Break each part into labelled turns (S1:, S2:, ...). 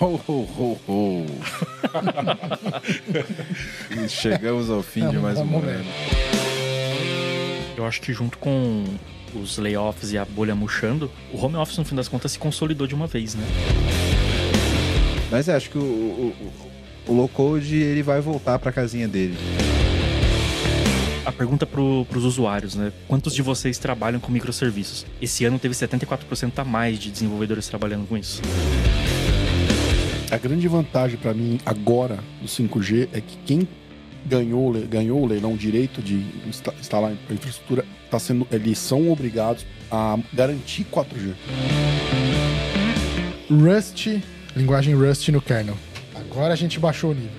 S1: Ho, ho, ho, ho. e chegamos ao fim de mais um momento.
S2: Eu acho que junto com os layoffs e a bolha murchando, o home office, no fim das contas, se consolidou de uma vez, né?
S1: Mas é, acho que o, o, o, o low code ele vai voltar pra casinha dele.
S2: A pergunta para os usuários, né? Quantos de vocês trabalham com microserviços? Esse ano teve 74% a mais de desenvolvedores trabalhando com isso.
S3: A grande vantagem para mim agora do 5G é que quem ganhou, ganhou o leilão direito de instalar a infraestrutura, tá sendo, eles são obrigados a garantir 4G.
S4: Rust, linguagem Rust no kernel. Agora a gente baixou o nível.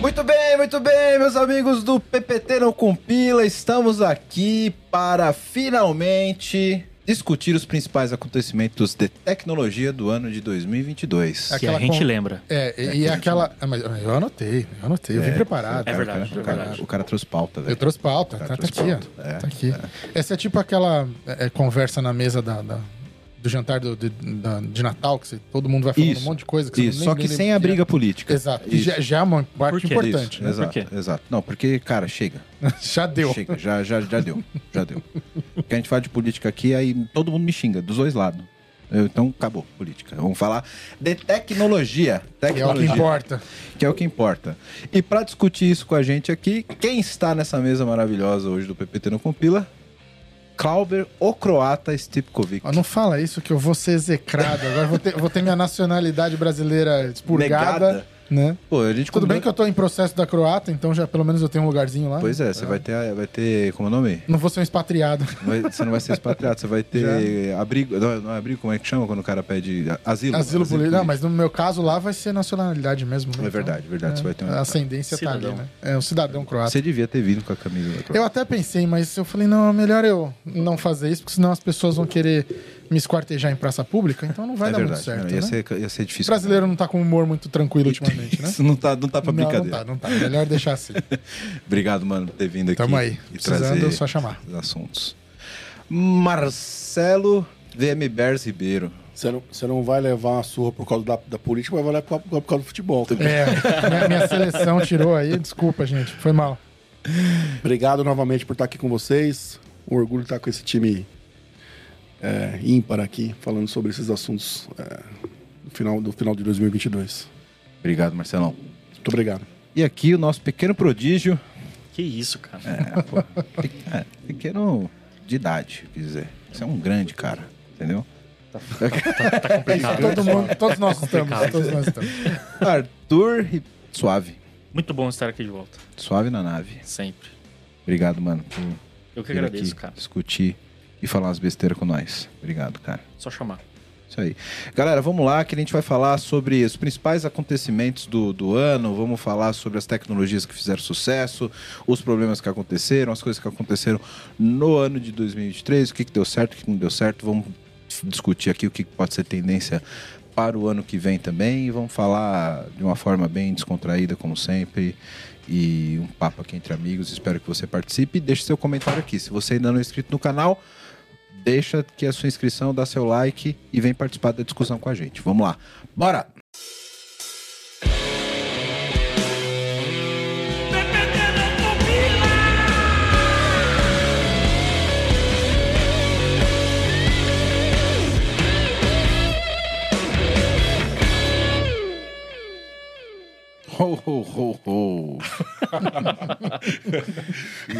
S1: Muito bem, muito bem, meus amigos do PPT Não Compila, estamos aqui para finalmente discutir os principais acontecimentos de tecnologia do ano de 2022.
S2: Que aquela a gente com... lembra.
S4: É, e, é, e aquela... Ah, mas eu anotei, eu anotei, eu vim
S1: É,
S4: preparado.
S2: É
S1: Cara, o
S2: verdade,
S1: cara- o,
S2: é
S1: cara,
S2: verdade.
S1: o cara trouxe pauta,
S4: Eu
S1: velho.
S4: trouxe pauta, tá, tá
S1: trouxe
S4: aqui,
S1: pauta.
S4: ó.
S1: É,
S4: tá aqui. Essa é tipo aquela é, é, conversa na mesa da, da- do jantar do, de, da- de Natal, que você- todo mundo vai falando
S1: Isso,
S4: um monte de coisa. Que
S1: Isso,
S4: você
S1: só
S4: nem
S1: que
S4: lembra
S1: sem
S4: o
S1: a
S4: que é.
S1: briga política.
S4: Exato, que
S1: Isso.
S4: já, já é uma parte
S2: Por quê?
S4: importante.
S1: Isso,
S4: né?
S1: Exato,
S2: Por quê?
S1: exato. Não, porque, cara, chega.
S4: Já deu.
S1: Chega, já, já, já deu. Já deu. Porque a gente fala de política aqui, aí todo mundo me xinga, dos dois lados. Eu- então, acabou, política. Vamos falar de tecnologia.
S4: Que é o que
S1: Tecnologia,
S4: importa.
S1: que é o que importa. E para discutir isso com a gente aqui, quem está nessa mesa maravilhosa hoje do PPT Não Compila? Clauber, o croata Stipkovic.
S4: Ó, Não fala isso que eu vou ser execrado. Agora vou ter, vou ter minha nacionalidade brasileira expurgada.
S1: Negada.
S4: Né?
S1: Pô, a gente
S4: Tudo bem que
S1: combinou-
S4: eu tô em processo da croata, então já pelo menos eu tenho um lugarzinho lá.
S1: Pois é, você vai ter, a- vai ter, como é o nome?
S4: Não vou ser um expatriado.
S1: Vai- Você não vai ser expatriado, você vai ter abrigo, não, não é abrigo, como é que chama quando o cara pede a- asilo?
S4: Asilo político. Não, mas no meu caso lá vai ser nacionalidade mesmo. né?
S1: É verdade, verdade, você vai ter um-
S4: A ascendência tá
S2: Cidadão.
S4: ali, né? É um cidadão croata.
S1: Você devia ter vindo com a camisa da Croácia.
S4: Eu até pensei, mas eu falei, não, é melhor eu não fazer isso, porque senão as pessoas vão querer me esquartejar em praça pública, então não vai
S1: é
S4: dar
S1: verdade,
S4: muito
S1: cara,
S4: certo,
S1: ia,
S4: né?
S1: ser, ia ser
S4: O
S1: difícil.
S4: brasileiro não tá com um humor muito tranquilo ultimamente, né?
S1: Isso não tá, não tá pra
S4: Não, não
S1: brincadeira.
S4: tá, não tá. Melhor deixar assim.
S1: Obrigado, mano, por ter vindo aqui.
S4: Tamo aí.
S1: E
S4: Precisando,
S1: trazer
S4: é só chamar.
S1: os assuntos. Marcelo VM Bers Ribeiro.
S3: Você não, você não vai levar uma surra por causa da, da política, mas vai levar por por causa do futebol. cara.
S4: É, minha, minha seleção tirou aí, desculpa, gente, foi mal.
S3: Obrigado novamente por estar aqui com vocês. Um orgulho estar com esse time é, ímpar aqui, falando sobre esses assuntos é, do, final, do final de 2022.
S1: Obrigado, Marcelão.
S3: Muito obrigado.
S1: E aqui o nosso pequeno prodígio.
S2: Que isso, cara.
S1: É, pô, pe- é, pequeno de idade, quer dizer. Você é um grande cara, entendeu?
S4: É Todo mundo, todos nós estamos, todos nós estamos.
S1: Arthur Ri- Suave.
S2: Muito bom estar aqui de volta,
S1: Suave na nave.
S2: sempre.
S1: Obrigado, mano, por
S2: Eu que
S1: vir
S2: agradeço,
S1: aqui
S2: cara.
S1: discutir e falar umas besteiras com nós. Obrigado, cara.
S2: Só chamar.
S1: Isso aí. Galera, vamos lá, que a gente vai falar sobre os principais acontecimentos do, do ano, vamos falar sobre as tecnologias que fizeram sucesso, os problemas que aconteceram, as coisas que aconteceram no ano de 2023, o que, que deu certo, o que que não deu certo, vamos discutir aqui o que que pode ser tendência para o ano que vem também, e vamos falar de uma forma bem descontraída, como sempre, e um papo aqui entre amigos, espero que você participe, e deixe seu comentário aqui, se você ainda não é inscrito no canal, deixa que a sua inscrição, dá seu like e vem participar da discussão com a gente. Vamos lá. Bora! Ho, ho, ho, ho.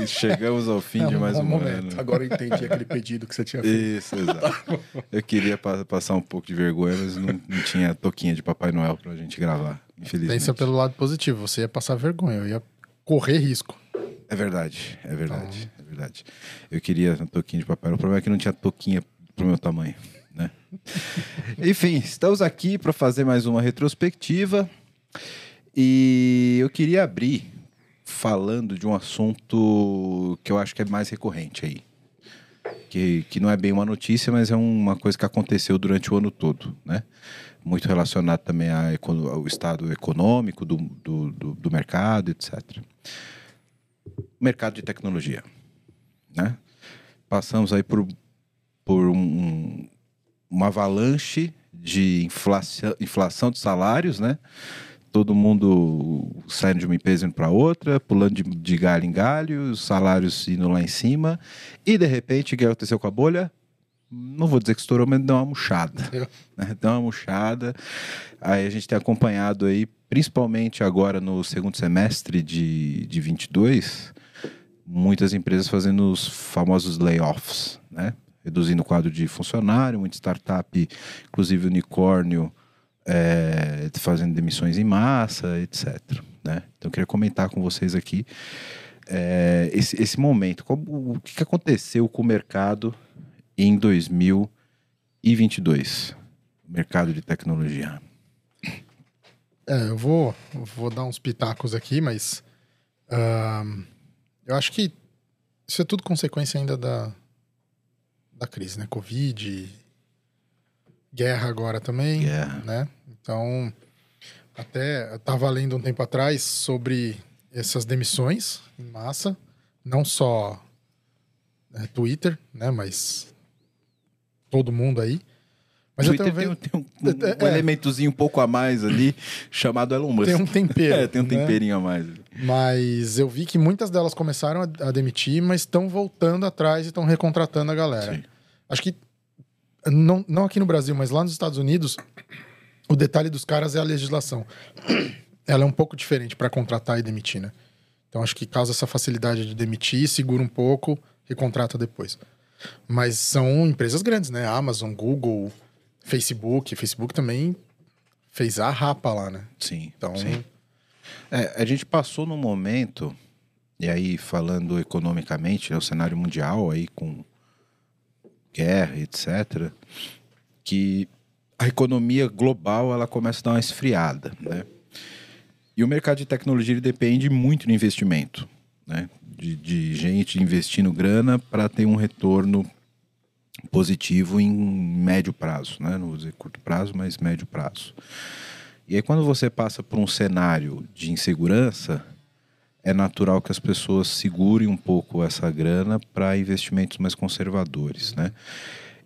S1: e chegamos ao fim
S4: É um
S1: de mais
S4: bom
S1: um
S4: momento.
S1: ano.
S3: Agora eu entendi aquele pedido que você tinha feito.
S1: Isso, exato. Eu queria pa- passar um pouco de vergonha, mas não, não tinha toquinha de Papai Noel pra gente gravar, infelizmente.
S4: Pensa pelo lado positivo, você ia passar vergonha, eu ia correr risco.
S1: É verdade, é verdade, é verdade. Eu queria uma toquinha de Papai Noel. O problema é que não tinha toquinha pro meu tamanho, né? Enfim, estamos aqui para fazer mais uma retrospectiva. E eu queria abrir falando de um assunto que eu acho que é mais recorrente aí. Que, que não é bem uma notícia, mas é uma coisa que aconteceu durante o ano todo, né? Muito relacionado também à econo- ao estado econômico do, do, do, do mercado, etc. Mercado de tecnologia, né? Passamos aí por, por um- um, uma avalanche de inflação, inflação de salários, né? Todo mundo saindo de uma empresa indo para outra, pulando de, de galho em galho, os salários indo lá em cima. E de repente, o que aconteceu com a bolha? Não vou dizer que estourou, mas deu uma murchada.
S4: Deu.
S1: né? Deu uma murchada. Aí a gente tem acompanhado aí, principalmente agora no segundo semestre de, de 22, muitas empresas fazendo os famosos layoffs, né? Reduzindo o quadro de funcionário, muita startup, inclusive unicórnio, é, fazendo demissões em massa, etc. né? Então eu queria comentar com vocês aqui é, esse, esse momento. Como- o que que aconteceu com o mercado em 2022? O mercado de tecnologia.
S4: É, eu vou, vou dar uns pitacos aqui, mas ahn, eu acho que isso é tudo consequência ainda da, da crise, né? Covid, guerra agora também,
S1: Guerra.
S4: né? Então, até eu tava lendo um tempo atrás sobre essas demissões em massa, não só é, Twitter, né? Mas todo mundo aí. Mas eu
S1: Twitter
S4: tava
S1: tem,
S4: vendo-
S1: um- tem um, um
S4: É.
S1: elementozinho um pouco a mais ali, chamado Elon Musk.
S4: tem um tempero.
S1: é, tem um
S4: né?
S1: temperinho a mais. ali.
S4: Mas eu vi que muitas delas começaram a, a demitir, mas estão voltando atrás e estão recontratando a galera.
S1: Sim.
S4: Acho que, não, não aqui no Brasil, mas lá nos Estados Unidos, o detalhe dos caras é a legislação. Ela é um pouco diferente para contratar e demitir, né? Então acho que causa essa facilidade de demitir, segura um pouco, recontrata depois. Mas são empresas grandes, né? Amazon, Google, Facebook. Facebook também fez a rapa lá, né?
S1: Sim.
S4: Então,
S1: sim. É, a gente passou num momento, e aí falando economicamente, né, o cenário mundial aí com guerra, etc., que a economia global ela começa a dar uma esfriada, né? E o mercado de tecnologia ele depende muito do investimento, né? De, de gente investindo grana para ter um retorno positivo em médio prazo, né? Não vou dizer curto prazo, mas médio prazo. E aí, quando você passa por um cenário de insegurança, é natural que as pessoas segurem um pouco essa grana para investimentos mais conservadores, né?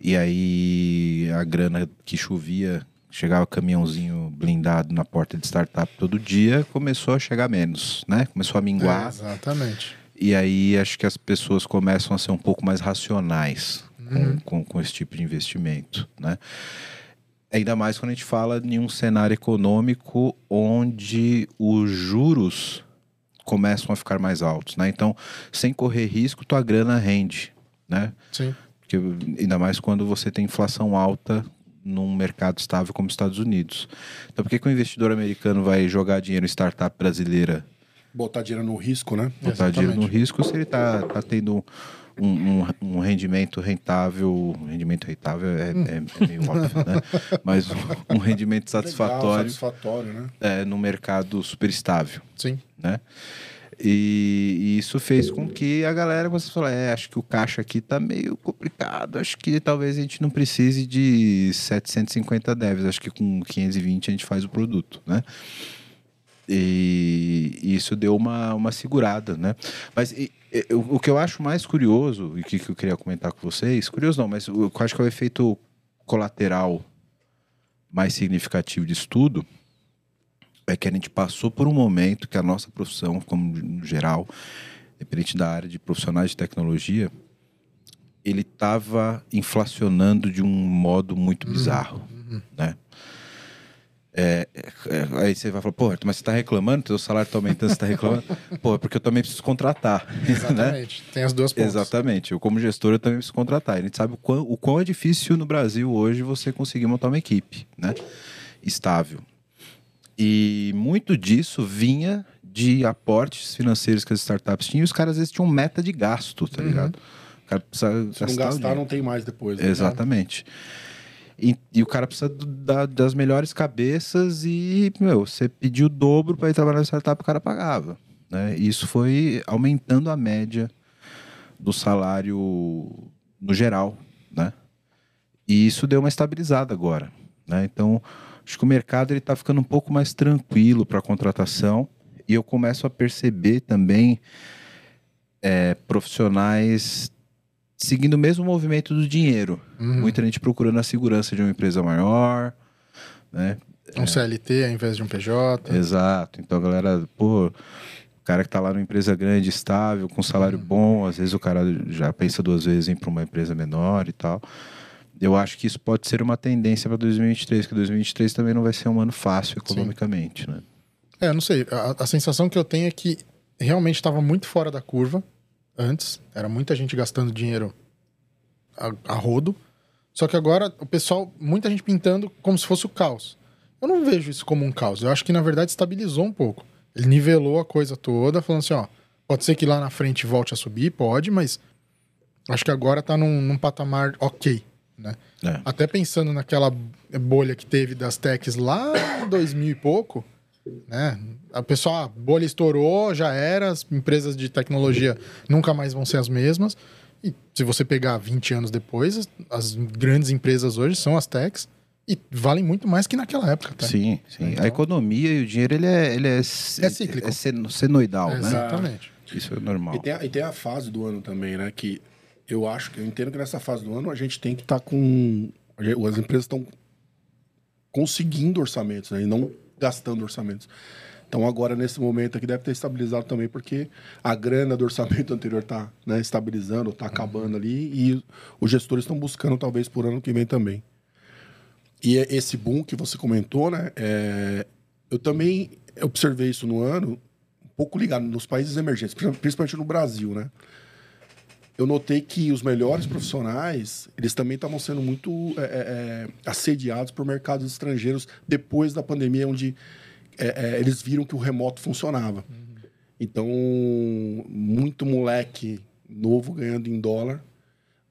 S1: E aí, a grana que chovia, chegava caminhãozinho blindado na porta de startup todo dia, começou a chegar menos, né? Começou a
S4: É,
S1: minguar.
S4: exatamente.
S1: E aí acho que as pessoas começam a ser um pouco mais racionais com-
S4: Uhum.
S1: com, com esse tipo de investimento, né? Ainda mais quando a gente fala em um cenário econômico onde os juros começam a ficar mais altos, né? Então, sem correr risco, tua grana rende, né?
S4: Sim.
S1: Porque, ainda mais quando você tem inflação alta num mercado estável como os Estados Unidos. Então, por que, que o investidor americano vai jogar dinheiro em startup brasileira
S3: Botar dinheiro no risco, né?
S1: botar dinheiro no
S4: Exatamente.
S1: risco se ele tá, tá tendo um, um- um rendimento rentável. um Rendimento rentável é, é- é meio óbvio, né? Mas um, um rendimento
S3: Legal,
S1: satisfatório
S3: satisfatório, né?
S1: é, no mercado super estável,
S4: Sim.
S1: né? E, e isso fez com que a galera você falou, é, acho que o caixa aqui tá meio complicado, acho que talvez a gente não precise de 750 devs, acho que com 520 a gente faz o produto, né? E isso deu uma, uma segurada, né? Mas e- e- eu- o que eu acho mais curioso, e que, que eu queria comentar com vocês, curioso não, mas o- eu acho que é o efeito colateral mais significativo disso tudo, é que a gente passou por um momento que a nossa profissão, como no geral, independente da área de profissionais de tecnologia, ele estava inflacionando de um modo muito bizarro, né? É, aí você vai falar, pô, Arthur, mas você está reclamando, teu salário está aumentando, você está reclamando. pô, é porque eu também preciso contratar, né?
S4: Exatamente. Tem as duas pontas.
S1: Exatamente. Eu, como gestor, eu também preciso contratar. A gente sabe o quão, o quão é difícil no Brasil hoje você conseguir montar uma equipe, né? Estável. E muito disso vinha de aportes financeiros que as startups tinham. E os caras, às vezes, tinham meta de gasto, tá ligado? O cara precisa
S3: Se não
S1: gastar o
S3: gastar,
S1: dinheiro.
S3: não tem mais depois. né?
S1: Exatamente. E, e o cara precisa do- da- das melhores cabeças e, meu, você pediu o dobro para ir trabalhar na startup, o cara pagava. Né? E Isso foi aumentando a média do salário no geral, né? E isso deu uma estabilizada agora, né? Então, acho que o mercado ele tá ficando um pouco mais tranquilo para contratação e eu começo a perceber também é, profissionais seguindo o mesmo movimento do dinheiro.
S4: Uhum.
S1: Muita gente procurando a segurança de uma empresa maior, né?
S4: Um CLT ao invés de um PJ.
S1: Exato. Então a galera, pô, o cara que tá lá numa empresa grande, estável, com
S4: Uhum.
S1: salário bom, às vezes o cara já pensa duas vezes em ir para uma empresa menor e tal. Eu acho que isso pode ser uma tendência para 2023, que 2023 também não vai ser um ano fácil economicamente, né?
S4: É, eu não sei. A, a sensação que eu tenho é que realmente estava muito fora da curva antes. Era muita gente gastando dinheiro a, a rodo. Só que agora o pessoal, muita gente pintando como se fosse o caos. Eu não vejo isso como um caos. Eu acho que na verdade estabilizou um pouco. Ele nivelou a coisa toda, falando assim: ó, pode ser que lá na frente volte a subir, pode, mas acho que agora tá num, num patamar ok, né?
S1: É.
S4: Até pensando naquela bolha que teve das techs lá em 2000 e pouco, né? A pessoa, a bolha estourou, já era, as empresas de tecnologia nunca mais vão ser as mesmas. E se você pegar 20 anos depois, as- as grandes empresas hoje são as techs e valem muito mais que naquela época, tá?
S1: Sim, sim.
S4: Então-
S1: A economia e o dinheiro, ele é... Ele é, é
S4: cíclico.
S1: É seno- senoidal, né?
S4: Exatamente.
S1: Isso é normal.
S3: E tem, a, e tem a fase do ano também, né? Que eu acho que eu entendo que nessa fase do ano a gente tem que estar com. As empresas estão conseguindo orçamentos, né? E não gastando orçamentos. Então agora, nesse momento aqui, deve ter estabilizado também, porque a grana do orçamento anterior está né, estabilizando, está acabando ali, e os gestores estão buscando, talvez, por ano que vem também. E é esse boom que você comentou, né? é, eu também observei isso no ano, um pouco ligado nos países emergentes, prin- principalmente no Brasil, né? Eu notei que os melhores profissionais, eles também estavam sendo muito é, é, é, assediados por mercados estrangeiros depois da pandemia, onde é, é, eles viram que o remoto funcionava. Então, muito moleque novo ganhando em dólar,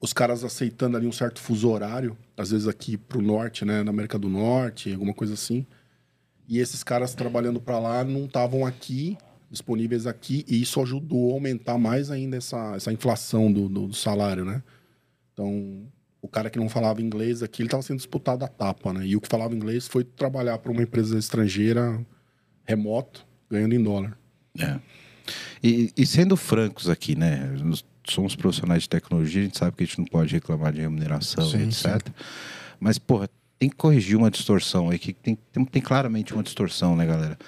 S3: os caras aceitando ali um certo fuso horário, às vezes aqui pro norte, né, na América do Norte, alguma coisa assim. E esses caras trabalhando para lá não estavam aqui, disponíveis aqui, e isso ajudou a aumentar mais ainda essa, essa inflação do, do- do salário, né? Então, o cara que não falava inglês aqui, ele estava sendo disputado a tapa, né? E o que falava inglês foi trabalhar para uma empresa estrangeira, remoto, ganhando em dólar.
S1: É. E, e sendo francos aqui, né? Nós somos profissionais de tecnologia, a gente sabe que a gente não pode reclamar de remuneração,
S4: Sim,
S1: etc. Mas, porra, tem que corrigir uma distorção aí, que tem, tem, tem claramente uma distorção, né, galera?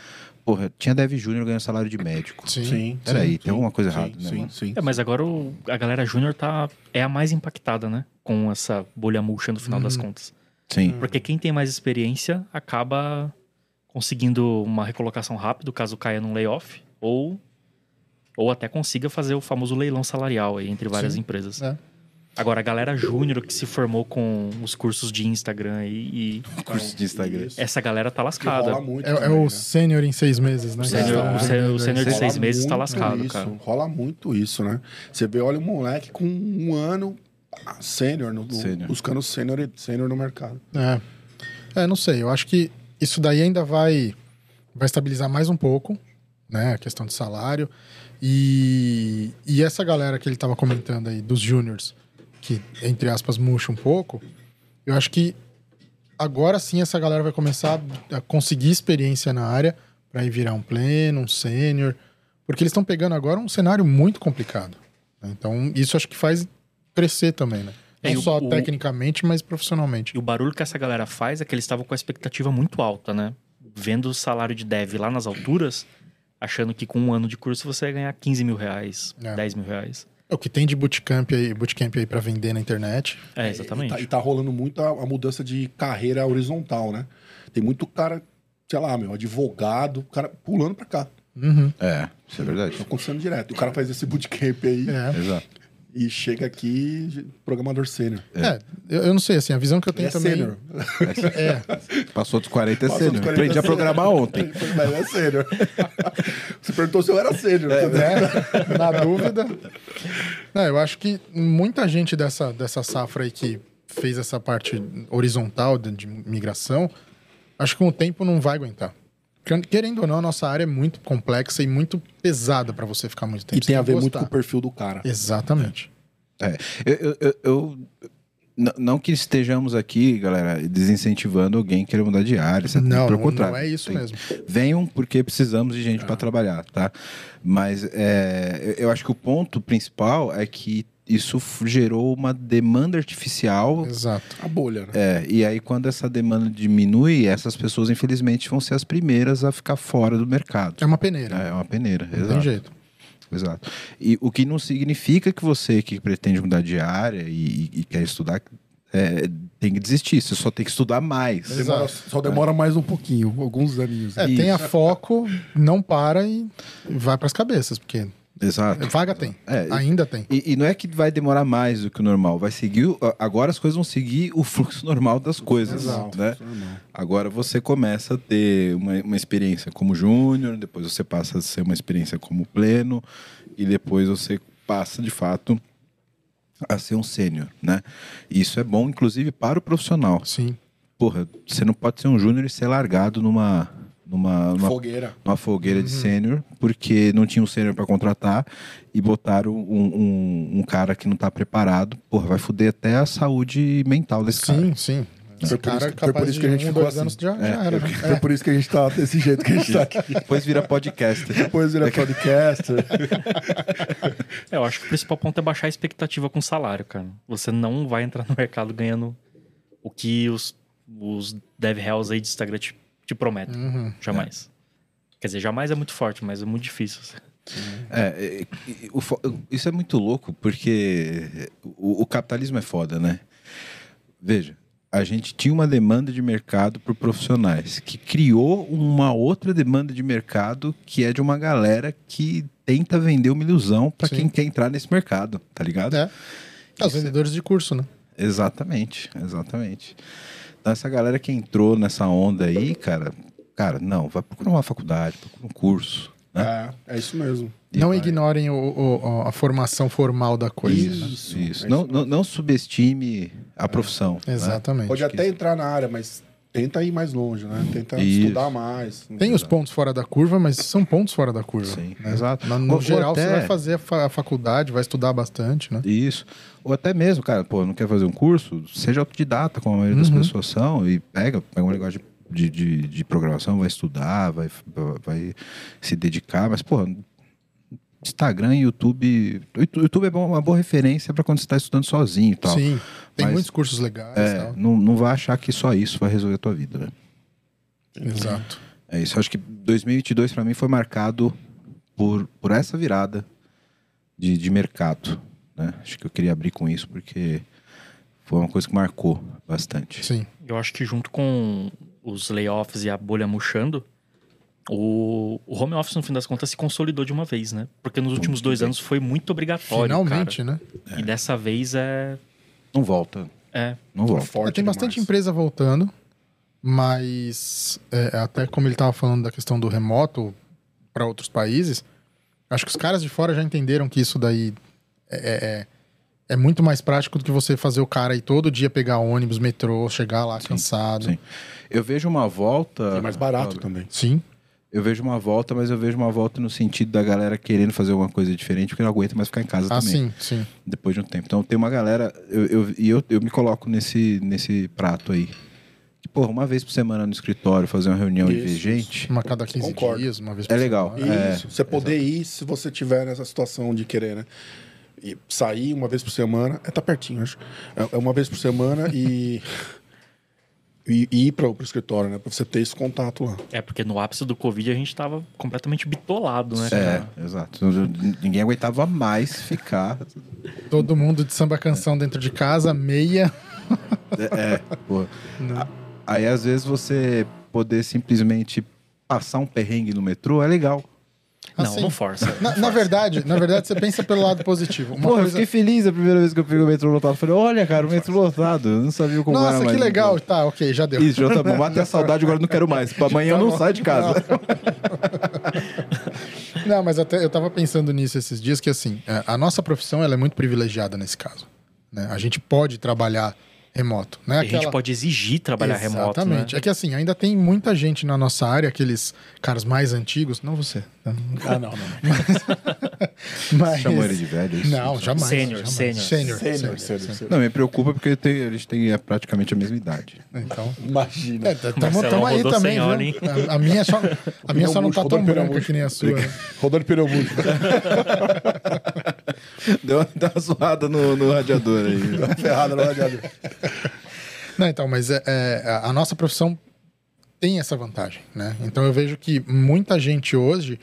S1: Porra, tinha Dev Júnior ganhando salário de médico.
S4: Sim.
S1: Peraí, tem alguma coisa
S3: sim,
S1: errada, né,
S3: Sim,
S1: mano?
S3: sim.
S2: É, mas agora o- a galera júnior tá, é a mais impactada, né? Com essa bolha murcha no final das contas.
S1: Sim.
S2: Porque quem tem mais experiência acaba conseguindo uma recolocação rápido, caso caia num layoff, ou, ou até consiga fazer o famoso leilão salarial aí entre várias
S4: Sim,
S2: empresas.
S4: é.
S2: Agora, a galera júnior que se formou com os cursos de Instagram e, e
S1: Curso de Instagram.
S3: Isso.
S2: essa galera tá
S3: Que rola
S2: lascada.
S3: muito
S4: É, é
S3: também, né?
S4: o sênior em seis meses, né?
S2: O sênior-
S4: Tá.
S2: o sênior- o sênior de
S1: Rola
S2: seis meses tá
S3: muito
S2: lascado,
S3: isso,
S2: cara.
S3: Rola muito isso, né? Você vê, olha um moleque com um ano ah, sênior, no- no-
S1: Sênior.
S3: buscando sênior, e- sênior no mercado.
S4: É. É, não sei. Eu acho que isso daí ainda vai, vai estabilizar mais um pouco, né? A questão de salário. E, e essa galera que ele estava comentando aí, dos júniors, que, entre aspas, murcha um pouco, eu acho que agora sim essa galera vai começar a conseguir experiência na área para ir virar um pleno, um sênior, porque eles estão pegando agora um cenário muito complicado. né? Então, isso acho que faz crescer também, né?
S2: É,
S4: Não
S2: e o-
S4: só
S2: o-
S4: tecnicamente, mas profissionalmente.
S2: E o barulho que essa galera faz é que eles estavam com a expectativa muito alta, né? Vendo o salário de dev lá nas alturas, achando que com um ano de curso você ia ganhar 15 mil reais,
S4: É.
S2: 10 mil reais.
S4: É O que tem de bootcamp aí, bootcamp aí para vender na internet.
S2: É,
S3: E tá, e
S2: exatamente.
S3: tá rolando muito a, a mudança de carreira horizontal, né? Tem muito cara, sei lá, meu, advogado, cara pulando pra cá.
S4: Uhum.
S1: É, isso é
S3: Tá
S1: verdade.
S3: acontecendo direto. E o cara faz esse bootcamp aí
S4: É.
S1: Exato.
S3: e chega aqui programador sênior.
S4: É, eu, eu não sei, assim, a visão que eu tenho
S3: Ele é
S4: também.
S3: sênior.
S4: É,
S1: Passou dos 40 é
S3: Passou dos
S1: sênior.
S3: 40
S1: Aprendi a
S3: sênior.
S1: programar ontem.
S3: Ele foi, Mas é sênior. Você perguntou se eu era sênior.
S1: É,
S3: né?
S4: né? Na dúvida. Não, eu acho que muita gente dessa, dessa safra aí que fez essa parte horizontal de, de migração, acho que com o tempo não vai aguentar. Porque, Querendo ou não, a nossa área é muito complexa e muito pesada para você ficar muito tempo.
S3: E tem a
S4: Você
S3: ver
S4: que
S3: muito com
S4: gostar.
S3: o perfil do cara.
S4: Exatamente.
S1: É, eu, eu- eu- eu- n- não que estejamos aqui, galera, desincentivando alguém que querer mudar de área, etc.
S4: Não,
S1: Pelo
S4: não-
S1: contrário,
S4: não é isso
S1: Tem-
S4: mesmo.
S1: Venham porque precisamos de gente para trabalhar, tá? Mas é, eu- eu acho que o ponto principal é que isso f- gerou uma demanda artificial.
S4: Exato.
S3: A bolha, né?
S1: É, e aí, quando essa demanda diminui, essas pessoas, infelizmente, vão ser as primeiras a ficar fora do mercado.
S4: É uma peneira.
S1: É uma peneira,
S4: Não tem
S1: exato.
S4: jeito.
S1: Exato. E o que não significa que você que pretende mudar de área e, e- e quer estudar é, tem que desistir. Você só tem que estudar mais.
S4: Exato.
S3: Demora- só demora mais um pouquinho, alguns aninhos.
S4: É,
S1: Isso.
S4: tenha foco, não para e vai pras cabeças, porque
S1: Exato.
S4: vaga tem.
S1: É, e-
S4: Ainda tem.
S1: E, e não é que vai demorar mais do que o normal, vai seguir. o- a- Agora as coisas vão seguir o fluxo normal das coisas,
S3: Exato.
S1: né? Agora você começa a ter uma, uma experiência como júnior, depois você passa a ser uma experiência como pleno, e depois você passa de fato a ser um sênior, né? E Isso é bom, inclusive, para o profissional.
S4: Sim.
S1: Porra, você não pode ser um júnior e ser largado numa, numa, numa
S3: Fogueira.
S1: uma fogueira
S4: Uhum.
S1: de sênior, porque não tinha um sênior para contratar e botaram um, um- um cara que não tá preparado. Porra, vai foder até a saúde mental desse cara.
S4: Sim, sim. Esse
S3: Foi por isso-
S4: cara
S3: foi
S4: capaz
S3: por isso
S4: de
S3: que a gente
S4: um,
S3: ficou
S4: dois
S3: assim.
S4: anos já, já era. né?
S3: É. por isso que a gente tá desse jeito que a gente tá aqui.
S1: Depois vira podcast.
S3: Depois vira podcast.
S2: É, eu acho que o principal ponto é baixar a expectativa com o salário, cara. Você não vai entrar no mercado ganhando o que os, os dev hells aí de Instagram te, te prometem.
S4: Uhum.
S2: Jamais. Quer dizer, jamais é muito forte, mas é muito difícil. assim.
S1: É, é, é, o fo- isso é muito louco, porque o, o capitalismo é foda, né? Veja, a gente tinha uma demanda de mercado por profissionais, que criou uma outra demanda de mercado que é de uma galera que tenta vender uma ilusão para
S4: Sim.
S1: quem quer entrar nesse mercado, tá ligado?
S4: É. É, Os vendedores de curso, né?
S1: Exatamente, exatamente. Então, essa galera que entrou nessa onda aí, cara, cara, não, vai procurar uma faculdade, procura um curso. né?
S3: É, é isso mesmo.
S1: E
S4: não
S1: vai-
S4: ignorem o- o- o- a formação formal da coisa.
S1: Isso,
S4: né?
S1: assim. isso.
S3: é isso
S1: Não, não, não subestime a profissão. né?
S4: Exatamente.
S3: Pode até entrar na área, mas tenta ir mais longe, né? Tenta
S1: Isso.
S3: estudar mais.
S4: Tem os pontos fora da curva, mas são pontos fora da curva.
S1: Sim,
S4: né?
S1: exato.
S4: No,
S1: Ou-
S4: no
S1: ou
S4: geral, você
S1: até-
S4: vai fazer a, fa- a faculdade, vai estudar bastante, né?
S1: Isso. Ou até mesmo, cara, pô, não quer fazer um curso? Seja autodidata, como a maioria das pessoas são, e pega, pega um negócio de, de, de programação, vai estudar, vai, vai se dedicar, mas, pô, Instagram, YouTube. o Youtube- o YouTube é bom- uma boa referência para quando você está estudando sozinho e tal.
S4: Sim. Tem
S1: Mas-
S4: muitos cursos legais.
S1: É,
S4: tal.
S1: não, não vai achar que só isso vai resolver a tua vida, né?
S4: Exato.
S1: É isso. Acho que 2022 para mim foi marcado por, por essa virada de, de mercado. Né? Acho que eu queria abrir com isso porque foi uma coisa que marcou bastante.
S4: Sim.
S2: Eu acho que junto com os layoffs e a bolha murchando, o, o home office, no fim das contas, se consolidou de uma vez, né? Porque nos últimos dois anos foi muito obrigatório,
S4: Finalmente, né?
S2: cara. E dessa vez é...
S1: Não volta.
S2: é
S1: Não volta.
S3: Forte
S4: É, tem bastante
S3: demais.
S4: empresa voltando, mas é, até como ele estava falando da questão do remoto para outros países, acho que os caras de fora já entenderam que isso daí é, é- é muito mais prático do que você fazer o cara aí todo dia pegar ônibus, metrô, chegar lá cansado.
S1: sim. Eu vejo uma volta.
S3: É mais barato também.
S4: Sim,
S1: Eu vejo uma volta, mas eu vejo uma volta no sentido da galera querendo fazer alguma coisa diferente, porque não aguenta mais ficar em casa
S4: ah,
S1: também.
S4: sim, sim.
S1: depois de um tempo. Então tem uma galera, eu, eu, e eu, eu me coloco nesse, nesse prato aí. Que, porra, uma vez por semana no escritório fazer uma reunião e ver
S3: Isso.
S1: gente
S4: Uma cada 15
S3: Concordo.
S4: dias, uma vez
S1: é legal.
S4: semana.
S1: É,
S3: Isso. Você poder ir se você tiver nessa situação de querer, né? E sair uma vez por semana. É, tá pertinho, acho. É, é uma vez por semana e. E e ir para o escritório, né? Pra você ter esse contato lá.
S2: É, porque no ápice do Covid a gente tava completamente bitolado, né? cara?
S1: é, exato. Ninguém aguentava mais ficar. né,
S4: Todo mundo de samba canção dentro de casa, meia.
S1: É, é, porra. A- Aí às vezes você poder simplesmente passar um perrengue no metrô é legal.
S2: Não,
S4: Assim.
S2: não força. não
S4: Na, na
S2: força.
S4: verdade, na verdade, você pensa pelo lado positivo. Uma
S1: porra, eu
S4: coisa-
S1: fiquei feliz a primeira vez que eu peguei o metrô lotado. Falei, olha, cara, o metrô lotado. Eu não sabia como era
S4: Nossa, que
S1: mais.
S4: legal. Tá, ok, já deu.
S1: Isso, já tá bom. Bate a saudade, agora eu não quero mais. Pra amanhã
S4: Tá
S1: eu não saio de casa.
S4: Não, mas até eu tava pensando nisso esses dias, que assim, é, a nossa profissão ela é muito privilegiada nesse caso. né? A gente pode trabalhar remoto, né?
S2: A gente pode exigir trabalhar remoto, né?
S4: Exatamente. É que assim, ainda tem muita gente na nossa área, aqueles caras mais antigos, não você. tá?
S3: Ah, não, não.
S4: Mas...
S1: Chamou ele de velho. é isso.
S4: Não, jamais.
S2: Sênior,
S4: jamais.
S2: sênior.
S4: Sênior,
S3: Sênior,
S4: sênior,
S3: sênior,
S4: sênior.
S1: Não, me preocupa porque tem- eles têm é, praticamente a mesma idade. né?
S4: Então...
S3: Imagina.
S4: É, tá- tamo,
S2: Marcelão
S4: tamo aí
S2: rodou
S4: também,
S2: sem
S4: viu?
S2: hora, hein?
S4: A, a minha só, a minha só não tá
S3: Pneu murcho,
S4: tão
S3: rodando pneu
S4: branca
S3: murcho.
S4: que nem a sua. né?
S3: Rodando pneu murcho.
S1: Deu uma, deu uma zoada no, no radiador aí.
S3: Ferrada no radiador.
S4: Não, então, mas é, é, a- a nossa profissão tem essa vantagem, né? Então eu vejo que muita gente hoje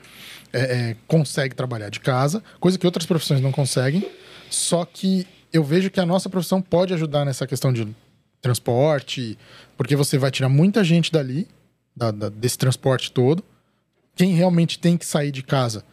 S4: é, é, consegue trabalhar de casa, coisa que outras profissões não conseguem, só que eu vejo que a nossa profissão pode ajudar nessa questão de transporte, porque você vai tirar muita gente dali, da- da- desse transporte todo. Quem realmente tem que sair de casa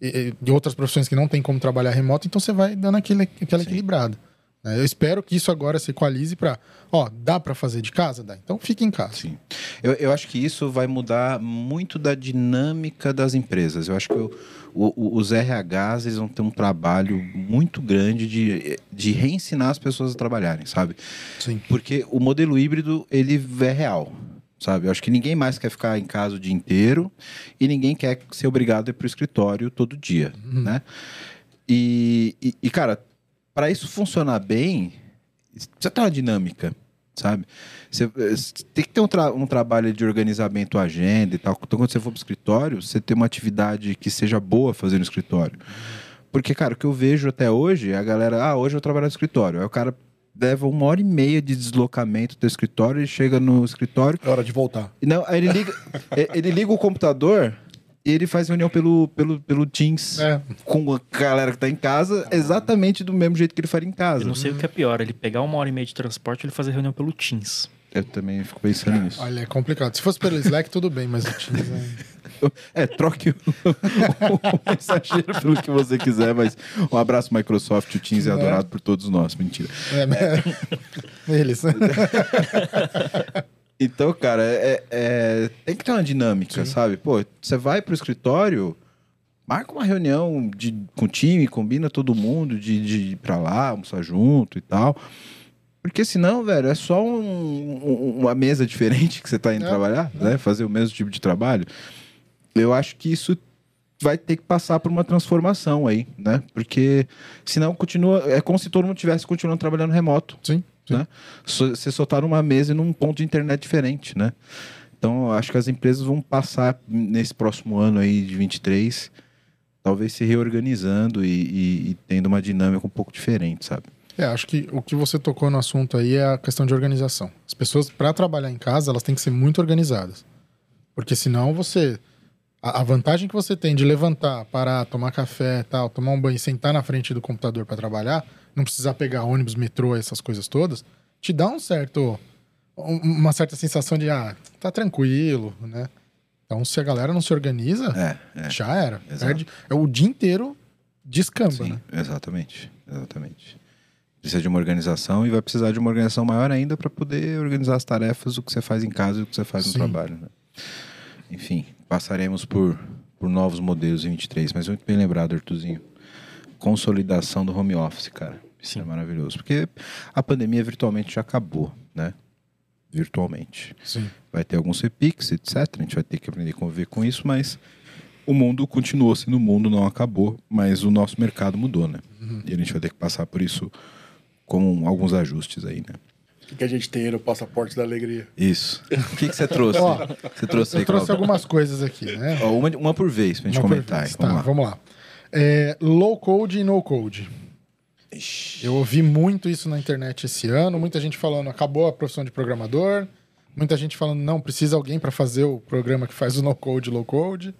S4: e, e de outras profissões que não tem como trabalhar remoto, então você vai dando aquele, aquela equilibrada. né? Eu espero que isso agora se equalize para, ó, dá para fazer de casa, dá. Então fica em casa.
S1: Sim. Eu, eu acho que isso vai mudar muito da dinâmica das empresas. Eu acho que o- o- o- os RHs eles vão ter um trabalho muito grande de, de reensinar as pessoas a trabalharem, sabe?
S4: Sim.
S1: Porque o modelo híbrido, ele é real, sabe? Eu acho que ninguém mais quer ficar em casa o dia inteiro e ninguém quer ser obrigado a ir para o escritório todo dia, né? E, e- e, cara, para isso funcionar bem, precisa ter uma dinâmica, sabe? Você, eh, s- tem que ter um, tra- um trabalho de organizamento, agenda e tal. Então, quando você for para o escritório, você ter uma atividade que seja boa fazer no escritório. Porque, cara, o que eu vejo até hoje é a galera, ah, hoje eu trabalho no escritório. Aí o cara leva uma hora e meia de deslocamento do escritório, ele chega no escritório.
S3: É hora de voltar.
S1: e Não, aí ele liga, eh, ele liga o computador e ele faz reunião pelo, pelo, pelo Teams
S4: É.
S1: com a galera que tá em casa, exatamente do mesmo jeito que ele faria em casa.
S2: Ah. Eu não sei o que é pior, ele pegar uma hora e meia de transporte e ele fazer reunião pelo Teams.
S1: Eu também fico pensando nisso.
S4: Olha, é complicado. Se fosse pelo Slack, tudo bem, mas o Teams é...
S1: É, troque o, o mensageiro pelo que você quiser, mas um abraço, Microsoft. O Teams é adorado por todos nós. Mentira.
S4: é, né? Eles.
S1: Então, cara, é- é- tem que ter uma dinâmica, sabe? Pô, você vai pro escritório, marca uma reunião de, com o time, combina todo mundo de, de ir pra lá, almoçar junto e tal. Porque senão, velho, é só um- um- uma mesa diferente que você tá indo
S4: É,
S1: trabalhar, né? Fazer o mesmo tipo de trabalho. Eu acho que isso vai ter que passar por uma transformação aí, né? Porque senão continua... É como se todo mundo tivesse continuando trabalhando remoto
S4: Sim. sim.
S1: Né? so- você soltar numa mesa e num ponto de internet diferente, né? Então, eu acho que as empresas vão passar nesse próximo ano aí de 23, talvez se reorganizando e, e- e tendo uma dinâmica um pouco diferente, sabe?
S4: É, acho que o que você tocou no assunto aí é a questão de organização. As pessoas, para trabalhar em casa, elas têm que ser muito organizadas. Porque senão você. A, a vantagem que você tem de levantar, parar, tomar café tal, tomar um banho, e sentar na frente do computador para trabalhar, não precisar pegar ônibus, metrô, essas coisas todas, te dá um certo. um- uma certa sensação de, ah, tá tranquilo, né? Então, se a galera não se organiza,
S1: É, é.
S4: já era.
S1: exato.
S4: Perde, é o dia inteiro descamba,
S1: Sim,
S4: né?
S1: exatamente, exatamente. Precisa de uma organização e vai precisar de uma organização maior ainda para poder organizar as tarefas, o que você faz em casa e o que você faz no
S4: Sim.
S1: trabalho. né? Enfim, passaremos por, por novos modelos em 23, mas muito bem lembrado, Artuzinho. Consolidação do home office, cara. Isso é
S2: Sim.
S1: maravilhoso. Porque a pandemia virtualmente já acabou, né? Virtualmente.
S4: Sim.
S1: Vai ter alguns repiques, etc. A gente vai ter que aprender a conviver com isso, mas o mundo continuou sendo o mundo, não acabou, mas o nosso mercado mudou, né?
S4: Uhum.
S1: E a gente vai ter que passar por isso com alguns ajustes aí, né?
S3: O que, que a gente tem aí no passaporte da alegria?
S1: Isso. O que, que você trouxe?
S4: Ó,
S1: você trouxe aí,
S4: Eu trouxe
S1: Cláudio?
S4: algumas coisas aqui, né?
S1: Ó, uma, uma por vez pra gente
S4: Uma
S1: comentar.
S4: pergunta.
S1: aí. Vamos
S4: Tá,
S1: lá.
S4: vamos lá. É, low code e no code. Eu ouvi muito isso na internet esse ano, muita gente falando acabou a profissão de programador, muita gente falando não precisa alguém para fazer o programa que faz o no code, low code.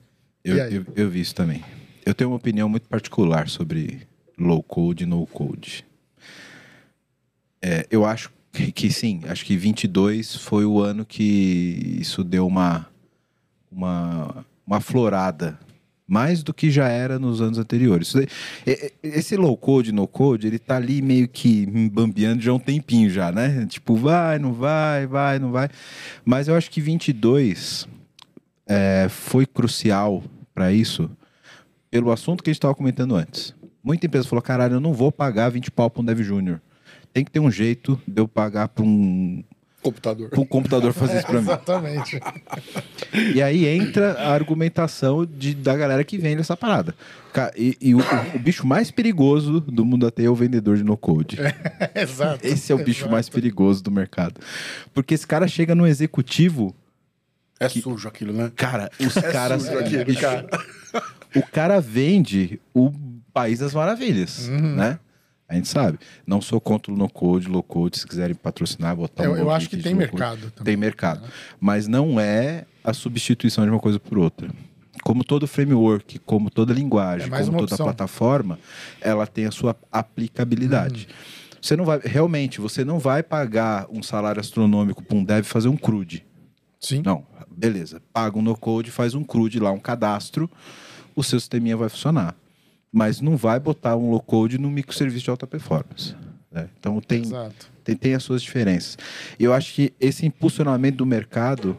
S1: Eu,
S4: E aí?
S1: eu, eu vi isso também. Eu tenho uma opinião muito particular sobre low code e no code. É, eu acho que, que sim, acho que 22 foi o ano que isso deu uma, uma, uma florada. Mais do que já era nos anos anteriores. Isso daí- é- é- Esse low code, no code, ele tá ali meio que bambeando já há um tempinho já, né? Tipo, vai, não vai, vai, não vai. Mas eu acho que 22 é, foi crucial para isso pelo assunto que a gente estava comentando antes. Muita empresa falou: caralho, eu não vou pagar 20 pau para um dev júnior. Tem que ter um jeito de eu pagar para um,
S3: Computador.
S1: pra um computador fazer isso para mim.
S4: Exatamente.
S1: E aí entra a argumentação de, da galera que vende essa parada. Ca- E, e o, o bicho mais perigoso do mundo até é o vendedor de no-code.
S4: Exato.
S1: Esse é o bicho
S4: Exato.
S1: mais perigoso do mercado. Porque esse cara chega no executivo,
S3: É
S4: É
S3: sujo aquilo, né?
S1: cara, os caras. é,
S3: sujo aquele
S1: bicho,
S3: cara.
S1: O cara vende o país das maravilhas,
S4: Uhum.
S1: né? A gente sabe. Não sou contra o no-code, low-code, se quiserem patrocinar, botar
S4: Eu,
S1: um
S4: eu acho
S1: link
S4: que
S1: de
S4: tem
S1: low-code.
S4: mercado também. Uhum.
S1: Tem mercado. Mas não é a substituição de uma coisa por outra. Como todo framework, como toda linguagem,
S4: É mais
S1: como
S4: uma
S1: toda
S4: opção.
S1: plataforma, ela tem a sua aplicabilidade.
S4: Uhum.
S1: Você não vai, realmente, você não vai pagar um salário astronômico para um dev fazer um CRUD.
S4: Sim.
S1: Não, beleza. Paga um no-code, faz um CRUD lá, um cadastro, o seu sisteminha vai funcionar. Mas não vai botar um low-code num microserviço de alta performance. né? Então tem,
S4: Exato.
S1: tem, tem as suas diferenças. E eu acho que esse impulsionamento do mercado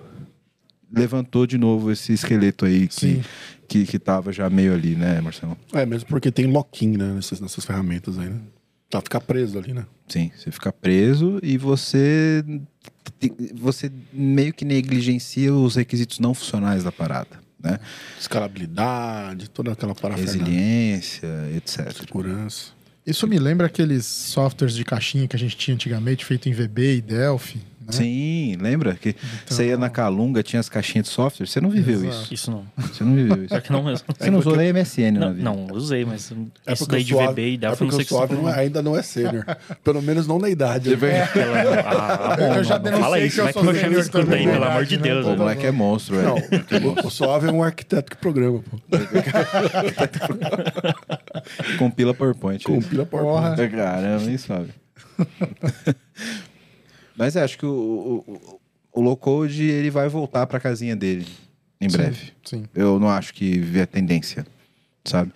S1: levantou de novo esse esqueleto aí que,
S4: Sim.
S1: que, que tava já meio ali, né, Marcelo?
S3: É, mesmo porque tem lock-in, né, nessas, nessas ferramentas aí, né? Tá, ficar preso ali, né?
S1: Sim, você fica preso e você, você meio que negligencia os requisitos não funcionais da parada, né?
S3: Escalabilidade, toda aquela parafernália.
S1: Resiliência, etc.
S3: Segurança.
S4: Isso me lembra aqueles softwares de caixinha que a gente tinha antigamente, feito em VB e Delphi. Né?
S1: Sim, lembra que você ia na Calunga, tinha as caixinhas de software. Você não viveu
S4: Exato.
S2: Isso não.
S1: isso. Você não viveu isso.
S2: Pior É que não mesmo.
S1: Você não usou nem MSN na
S2: Não,
S1: vida.
S2: não, usei, mas
S3: É
S2: isso
S3: porque
S2: daí
S3: o
S2: de
S3: suave,
S2: VB e
S3: é
S2: Delphi, eu
S3: porque
S2: não sei
S3: o
S2: o que você
S3: suave
S2: tá
S3: não é-
S2: falando.
S3: ainda não é sênior. Pelo menos não na idade. né?
S2: É. Aquela- ah, bom,
S4: Eu já
S2: não, não fala
S4: denunciei
S2: isso,
S4: que eu
S2: vai que
S4: sou
S2: meu chefe
S4: sênior
S2: escuta
S4: também,
S2: aí, pelo amor
S4: verdade,
S2: de
S4: né?
S1: Pô,
S2: Deus.
S1: o
S4: Pô,
S2: velho.
S1: moleque é monstro,
S3: Não,
S1: velho.
S3: o, o Suave é um arquiteto que programa, pô.
S1: Compila PowerPoint.
S3: Compila PowerPoint.
S4: Porra.
S1: É, Caramba, nem sabe. Mas é, acho que o, o, o- o low code ele vai voltar pra casinha dele em breve.
S4: Sim.
S1: Eu não acho que é tendência, sabe?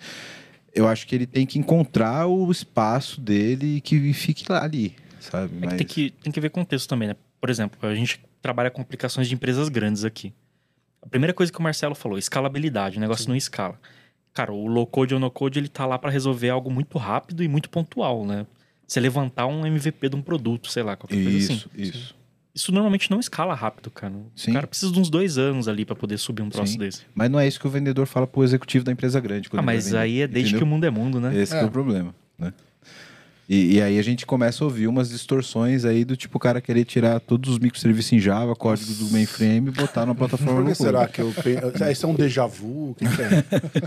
S1: Eu acho que ele tem que encontrar o espaço dele e que fique lá ali, sabe?
S2: É que tem, que, tem que ver contexto também, né? Por exemplo, a gente trabalha com aplicações de empresas grandes aqui. A primeira coisa que o Marcelo falou, escalabilidade, o negócio não escala. Cara, o low-code ou no-code, ele tá lá para resolver algo muito rápido e muito pontual, né? Você levantar um MVP de um produto, sei lá, qualquer coisa assim.
S1: Isso, isso.
S2: Isso normalmente não escala rápido, cara.
S1: Sim.
S2: O cara precisa de uns dois anos ali para poder subir um troço
S1: Sim.
S2: desse.
S1: Mas não é isso que o vendedor fala pro executivo da empresa grande. quando
S2: Ah,
S1: ele vai
S2: mas
S1: vender,
S2: aí é desde
S1: entendeu?
S2: que o mundo é mundo, né?
S1: Esse que é.
S4: É.
S1: o problema, né? E, e aí a gente começa a ouvir umas distorções aí do tipo o cara querer tirar todos os microserviços em Java, código do mainframe e botar na plataforma
S3: Por que
S1: no
S3: será que eu penso? Isso é um déjà vu? O que, que é?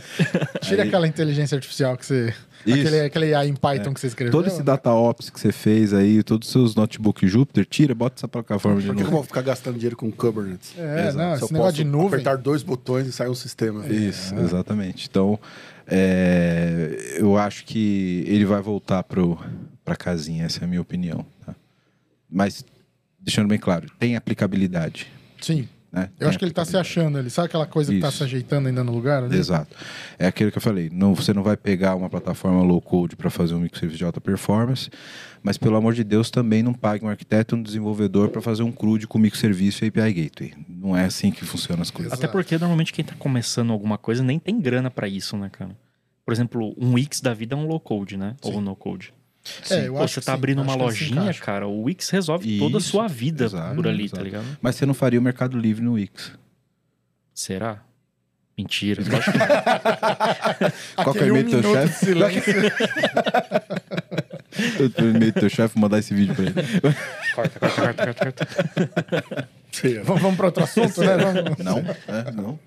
S4: Tira
S1: Aí-
S4: aquela inteligência artificial que você.
S1: Isso. É.
S4: Aquele, aquele AI em Python que você
S3: é
S4: escreveu.
S1: Todo esse DataOps que você fez aí, todos os seus notebook Jupyter, tira, bota essa plataforma de
S3: Por que eu
S1: novo.
S3: vou ficar gastando dinheiro com Kubernetes?
S4: É,
S1: Exato.
S4: não,
S3: Se eu
S4: esse
S3: posso
S4: negócio de nuvem.
S3: apertar dois botões e sair um sistema.
S1: Isso,
S4: Né?
S1: exatamente. Então, é, eu acho que ele vai voltar pro, pra casinha, essa é a minha opinião. tá? Mas, deixando bem claro, tem aplicabilidade.
S4: Sim.
S1: Né?
S4: Eu acho que ele tá né? se achando ali. Sabe aquela coisa que tá
S1: Isso.
S4: se ajeitando ainda no lugar? ali?
S1: Exato. É aquilo que eu falei. Não, você não vai pegar uma plataforma low code para fazer um microserviço de alta performance, mas pelo amor de Deus também não pague um arquiteto, um desenvolvedor para fazer um CRUD com microserviço e API Gateway. Não é assim que funcionam as coisas.
S2: Até porque normalmente quem tá começando alguma coisa nem tem grana pra isso, né, cara? Por exemplo, um Wix da vida é um low code, né? Ou um no code.
S4: É, eu
S2: Pô,
S4: acho
S2: você
S4: que
S2: tá
S4: sim,
S2: abrindo
S4: acho
S2: uma
S4: que eles se
S2: lojinha,
S4: encaixam.
S2: cara, o Wix resolve toda a
S1: Isso,
S2: sua vida
S1: exato,
S2: por ali, tá
S1: exato.
S2: ligado?
S1: Mas você não faria o Mercado Livre no Wix.
S2: Será? Mentira. eu acho que não.
S1: Qual que é o
S4: Aquele
S1: e-mail do teu
S4: Ah, um minuto de
S1: chefe?
S4: silêncio.
S1: Eu tô no e-mail do teu chefe mandar esse vídeo pra ele.
S2: corta, corta, corta, corta, corta.
S3: Sim.
S4: Vamos, vamos para outro assunto, né? Vamos-
S1: Não, é, não.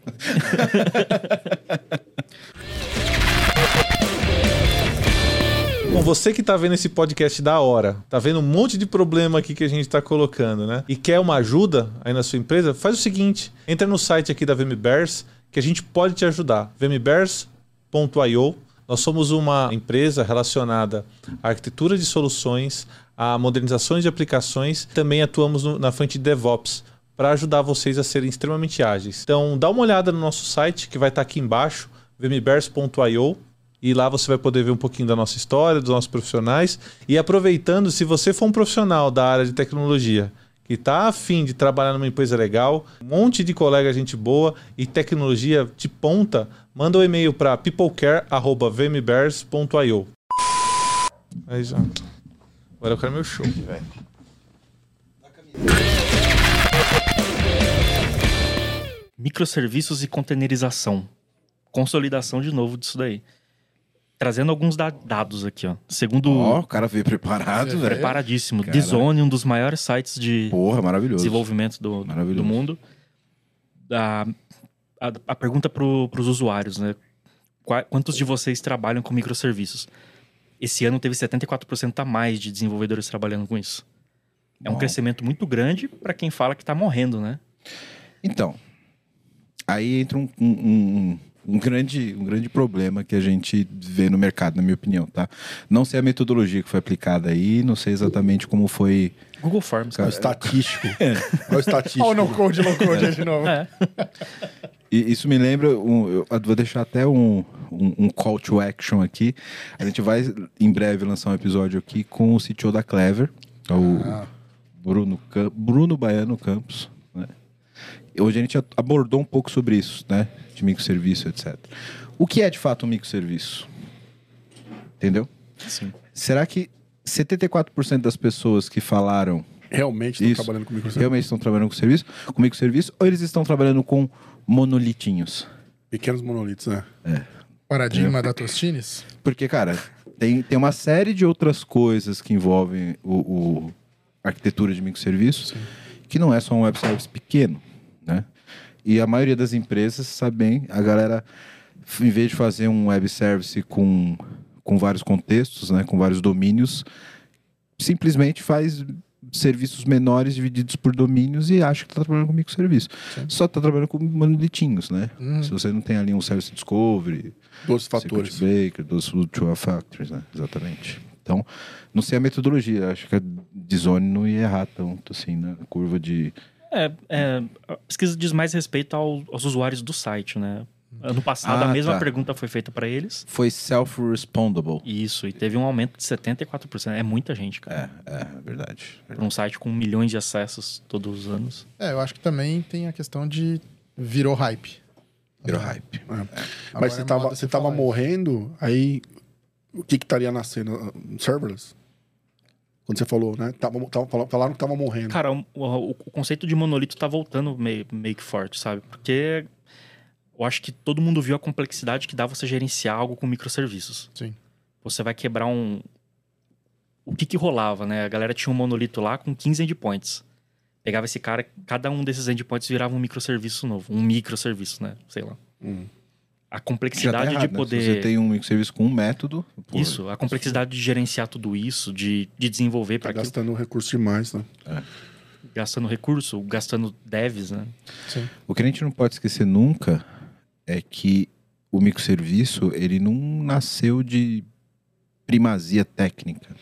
S5: Bom, você que tá vendo esse podcast da hora, tá vendo um monte de problema aqui que a gente tá colocando, né? E quer uma ajuda aí na sua empresa, faz o seguinte, entra no site aqui da VMBears que a gente pode te ajudar. vmbears.io. Nós somos uma empresa relacionada à arquitetura de soluções, a modernizações de aplicações, também atuamos no- na frente de DevOps para ajudar vocês a serem extremamente ágeis. Então, dá uma olhada no nosso site que vai estar aqui embaixo, vmbears.io. E lá você vai poder ver um pouquinho da nossa história, dos nossos profissionais. E aproveitando, se você for um profissional da área de tecnologia que está afim de trabalhar numa empresa legal, um monte de colega gente boa e tecnologia de ponta, manda um e-mail para peoplecare.vmbears.io. Aí já. É Agora eu quero meu show.
S2: Microserviços e containerização. Consolidação de novo disso daí. Trazendo alguns da- dados aqui, ó. Segundo
S1: Ó, o cara veio preparado, velho.
S2: preparadíssimo,
S1: Caraca.
S2: Dizone, um dos maiores sites de
S1: Porra, maravilhoso.
S2: desenvolvimento do,
S1: Maravilhoso.
S2: do mundo. A, a, a pergunta para os usuários, né? qua- quantos de vocês trabalham com microserviços? Esse ano teve 74% a mais de desenvolvedores trabalhando com isso. É um
S1: Uau.
S2: crescimento muito grande para quem fala que está morrendo, né?
S1: Então, aí entra um, um- um- um grande, um grande problema que a gente vê no mercado, na minha opinião, tá? Não sei a metodologia que foi aplicada aí, não sei exatamente como foi...
S2: Google Forms.
S3: É o
S2: cara.
S3: estatístico. É o estatístico.
S4: Olha o no code, low code aí de novo.
S2: É.
S1: E isso me lembra, um- eu vou deixar até um, um- um call to action aqui. A gente vai em breve lançar um episódio aqui com o CTO da Clever, que é o Bruno, Cam- Bruno Baiano Campos. né? E Hoje a gente a- abordou um pouco sobre isso, né? De microserviço, etc. O que é de fato um microserviço? Entendeu?
S2: Sim.
S1: Será que 74% das pessoas que falaram
S3: Realmente estão
S1: Isso.
S3: trabalhando comigo.
S1: realmente estão trabalhando com serviço, com microserviço, ou eles estão trabalhando com monolitinhos?
S3: Pequenos monolitos, né?
S4: Paradigma da Tostines.
S1: Porque, cara, tem, tem uma série de outras coisas que envolvem o, o arquitetura de microserviços, que não é só um web service pequeno, né? E a maioria das empresas sabe bem, a galera, f- em vez de fazer um web service com, com vários contextos, né, com vários domínios, simplesmente faz serviços menores divididos por domínios e acha que está trabalhando com microserviço. Só está trabalhando com monolitinhos, né? Se você não tem ali um service discovery,
S3: 12
S1: Circuit
S3: fatores.
S1: Breaker, dos Two Factors, né? Exatamente. Então, não sei a metodologia, acho que a Dizone não ia errar tanto assim na curva de.
S2: É, é, a pesquisa diz mais respeito ao- aos usuários do site, né? Ano passado
S1: Ah,
S2: a mesma
S1: tá.
S2: pergunta foi feita para eles.
S1: Foi self-respondable.
S2: Isso, e teve um aumento de 74%. É muita gente, cara.
S1: É, é, verdade.
S2: Pra um site com milhões de acessos todos os anos.
S4: É, eu acho que também tem a questão de virou hype.
S1: Virou hype.
S4: Agora
S3: Mas você
S4: é
S3: tava,
S4: moda
S3: você tava
S4: falar isso.
S3: morrendo, aí o que que estaria nascendo? Um Serverless? Quando você falou, né? Tava, tava, fala- falaram que tava morrendo.
S2: Cara, o, o- o conceito de monolito tá voltando meio, meio que forte, sabe? Porque eu acho que todo mundo viu a complexidade que dá você gerenciar algo com microserviços.
S4: Sim.
S2: Você vai quebrar um. O que que rolava, né? A galera tinha um monolito lá com 15 endpoints. Pegava esse cara, cada um desses endpoints virava um microserviço novo. Um microserviço, né? Sei lá.
S3: Hum.
S2: A
S1: Já tá
S2: complexidade
S1: errado, né?
S2: de poder.
S1: Se você tem um microserviço com um método. pô,
S2: Isso, a complexidade de gerenciar tudo isso, de, de desenvolver
S3: Tá
S2: para aquilo,
S3: gastando recurso demais, né?
S2: gastando recurso, gastando devs, né?
S4: Sim.
S1: O que a gente não pode esquecer nunca é que o microserviço ele não nasceu de primazia técnica,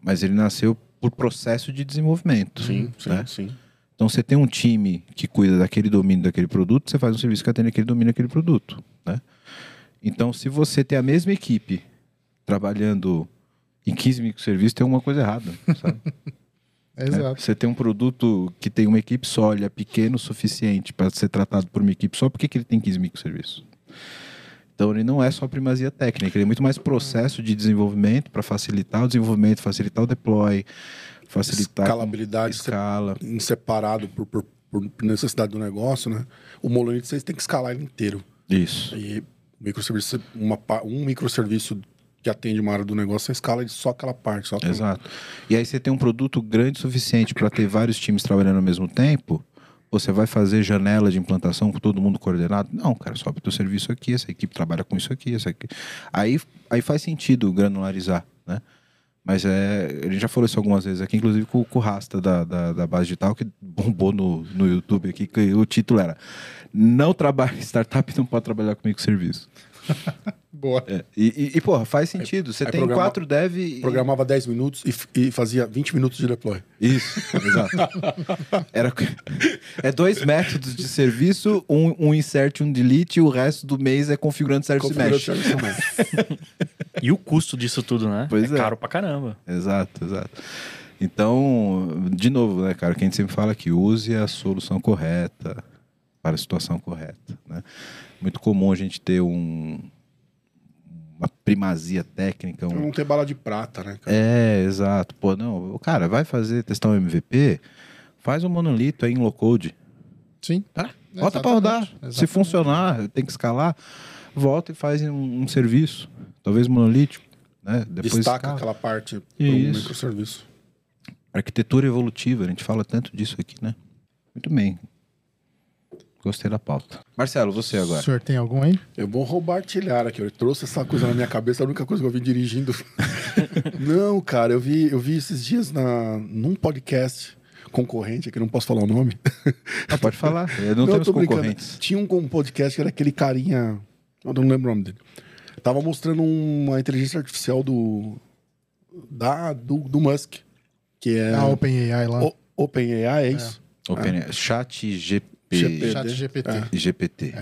S1: mas ele nasceu por processo de desenvolvimento. né?
S3: sim.
S1: Então você tem um time que cuida daquele domínio daquele produto, você faz um serviço que atende aquele domínio daquele produto, né? Então se você tem a mesma equipe trabalhando em 15 microserviços, tem alguma coisa errada, sabe?
S3: É.
S1: né?
S4: Exato.
S1: Você tem um produto que tem uma equipe só, ele é pequeno o suficiente para ser tratado por uma equipe só, por que, que ele tem 15 microserviços? Então ele não é só primazia técnica, ele é muito mais processo de desenvolvimento para facilitar o desenvolvimento, facilitar o deploy, facilitar a
S3: Escalabilidade, você
S1: escala.
S3: em separado por, por- por necessidade do negócio, né? O monolito vocês têm que escalar ele inteiro.
S1: Isso.
S3: E o microserviço, uma pa- um microserviço que atende uma área do negócio, você escala ele só aquela parte. Só aquela-
S1: Exato. E aí você tem um produto grande o suficiente para ter vários times trabalhando ao mesmo tempo? Você vai fazer janela de implantação com todo mundo coordenado? Não, cara, sobe teu serviço aqui, essa equipe trabalha com isso aqui, essa aqui. Aí, aí faz sentido granularizar, né? Mas é, ele já falou isso algumas vezes aqui, inclusive com, com o Rasta da, da, da base digital, que bombou no, no YouTube aqui, que o título era Não trabalha, startup não pode trabalhar comigo serviço.
S4: Boa.
S1: É, e, e, e, porra, faz sentido. Você
S3: aí
S1: tem
S3: É, programa-
S1: quatro dev e,
S3: Programava 10 minutos e f- e, fazia 20 minutos de deploy.
S1: Isso, exato. Era... É dois métodos de serviço, um, um insert e um delete, e o resto do mês é configurando service
S3: Configurou
S1: mesh.
S3: o service mesh.
S2: E o custo disso tudo, né?
S1: Pois é.
S2: caro pra caramba.
S1: Exato, exato. Então, de novo, né, cara, que a gente sempre fala que use a solução correta para a situação correta, né? Muito comum a gente ter um, uma primazia técnica,
S3: Pra
S1: um
S3: não ter bala de prata, né, cara?
S1: É, exato. Pô, não, o cara, vai fazer, testar um MVP, faz um monolito aí em low code.
S4: Sim.
S1: Tá? Volta pra rodar.
S4: É, Exatamente.
S1: Se funcionar, tem que escalar, volta e faz um, um serviço, talvez monolítico, né? Depois
S3: Destaca
S1: escala.
S3: aquela parte para um
S1: Isso.
S3: microserviço.
S1: Arquitetura evolutiva, a gente fala tanto disso aqui, né? Muito bem. Gostei da pauta. Marcelo, você agora.
S4: O senhor tem algum aí?
S3: Eu vou roubar artilhar aqui. Eu trouxe essa coisa na minha cabeça, a única coisa que eu vi dirigindo. não, cara, eu vi, eu vi esses dias na, num podcast concorrente, aqui não posso falar o nome.
S1: Ah, pode falar. Eu não,
S3: eu
S1: temos
S3: tô brincando.
S1: concorrentes.
S3: Tinha um, um podcast que era aquele carinha. Eu não lembro o nome dele. Tava mostrando uma inteligência artificial do. Da, do, do Musk. Que é.
S1: Ah,
S4: A OpenAI lá.
S3: O- OpenAI, é isso?
S4: Ah.
S1: Open- Chat
S3: GP.
S1: GP.
S4: Chat GPT.
S3: É.
S1: GPT.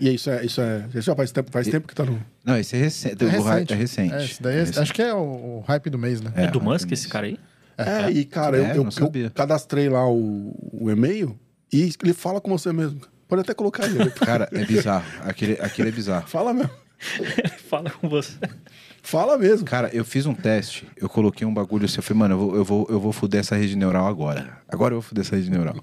S3: E é isso, é. Isso é já faz tempo, faz tempo que tá no.
S1: Não, esse é recente.
S4: É
S1: o
S4: recente.
S1: hype é recente.
S4: É, esse daí é- acho que é o, o hype do mês, né?
S2: É,
S1: É,
S2: do Musk
S1: rapidinho.
S2: esse cara aí?
S3: É, e cara, eu-
S1: É,
S3: eu,
S1: não
S3: eu
S1: sabia.
S3: cadastrei lá o, o e-mail e ele fala com você mesmo. Pode até colocar ele.
S1: Cara, é bizarro. Aquele, aquele é bizarro.
S3: fala mesmo.
S2: Fala com você.
S3: Fala mesmo.
S1: Cara, eu fiz um teste, eu coloquei um bagulho assim, eu falei, mano, eu vou, eu vou, eu vou fuder essa rede neural agora. Agora eu vou fuder essa rede neural.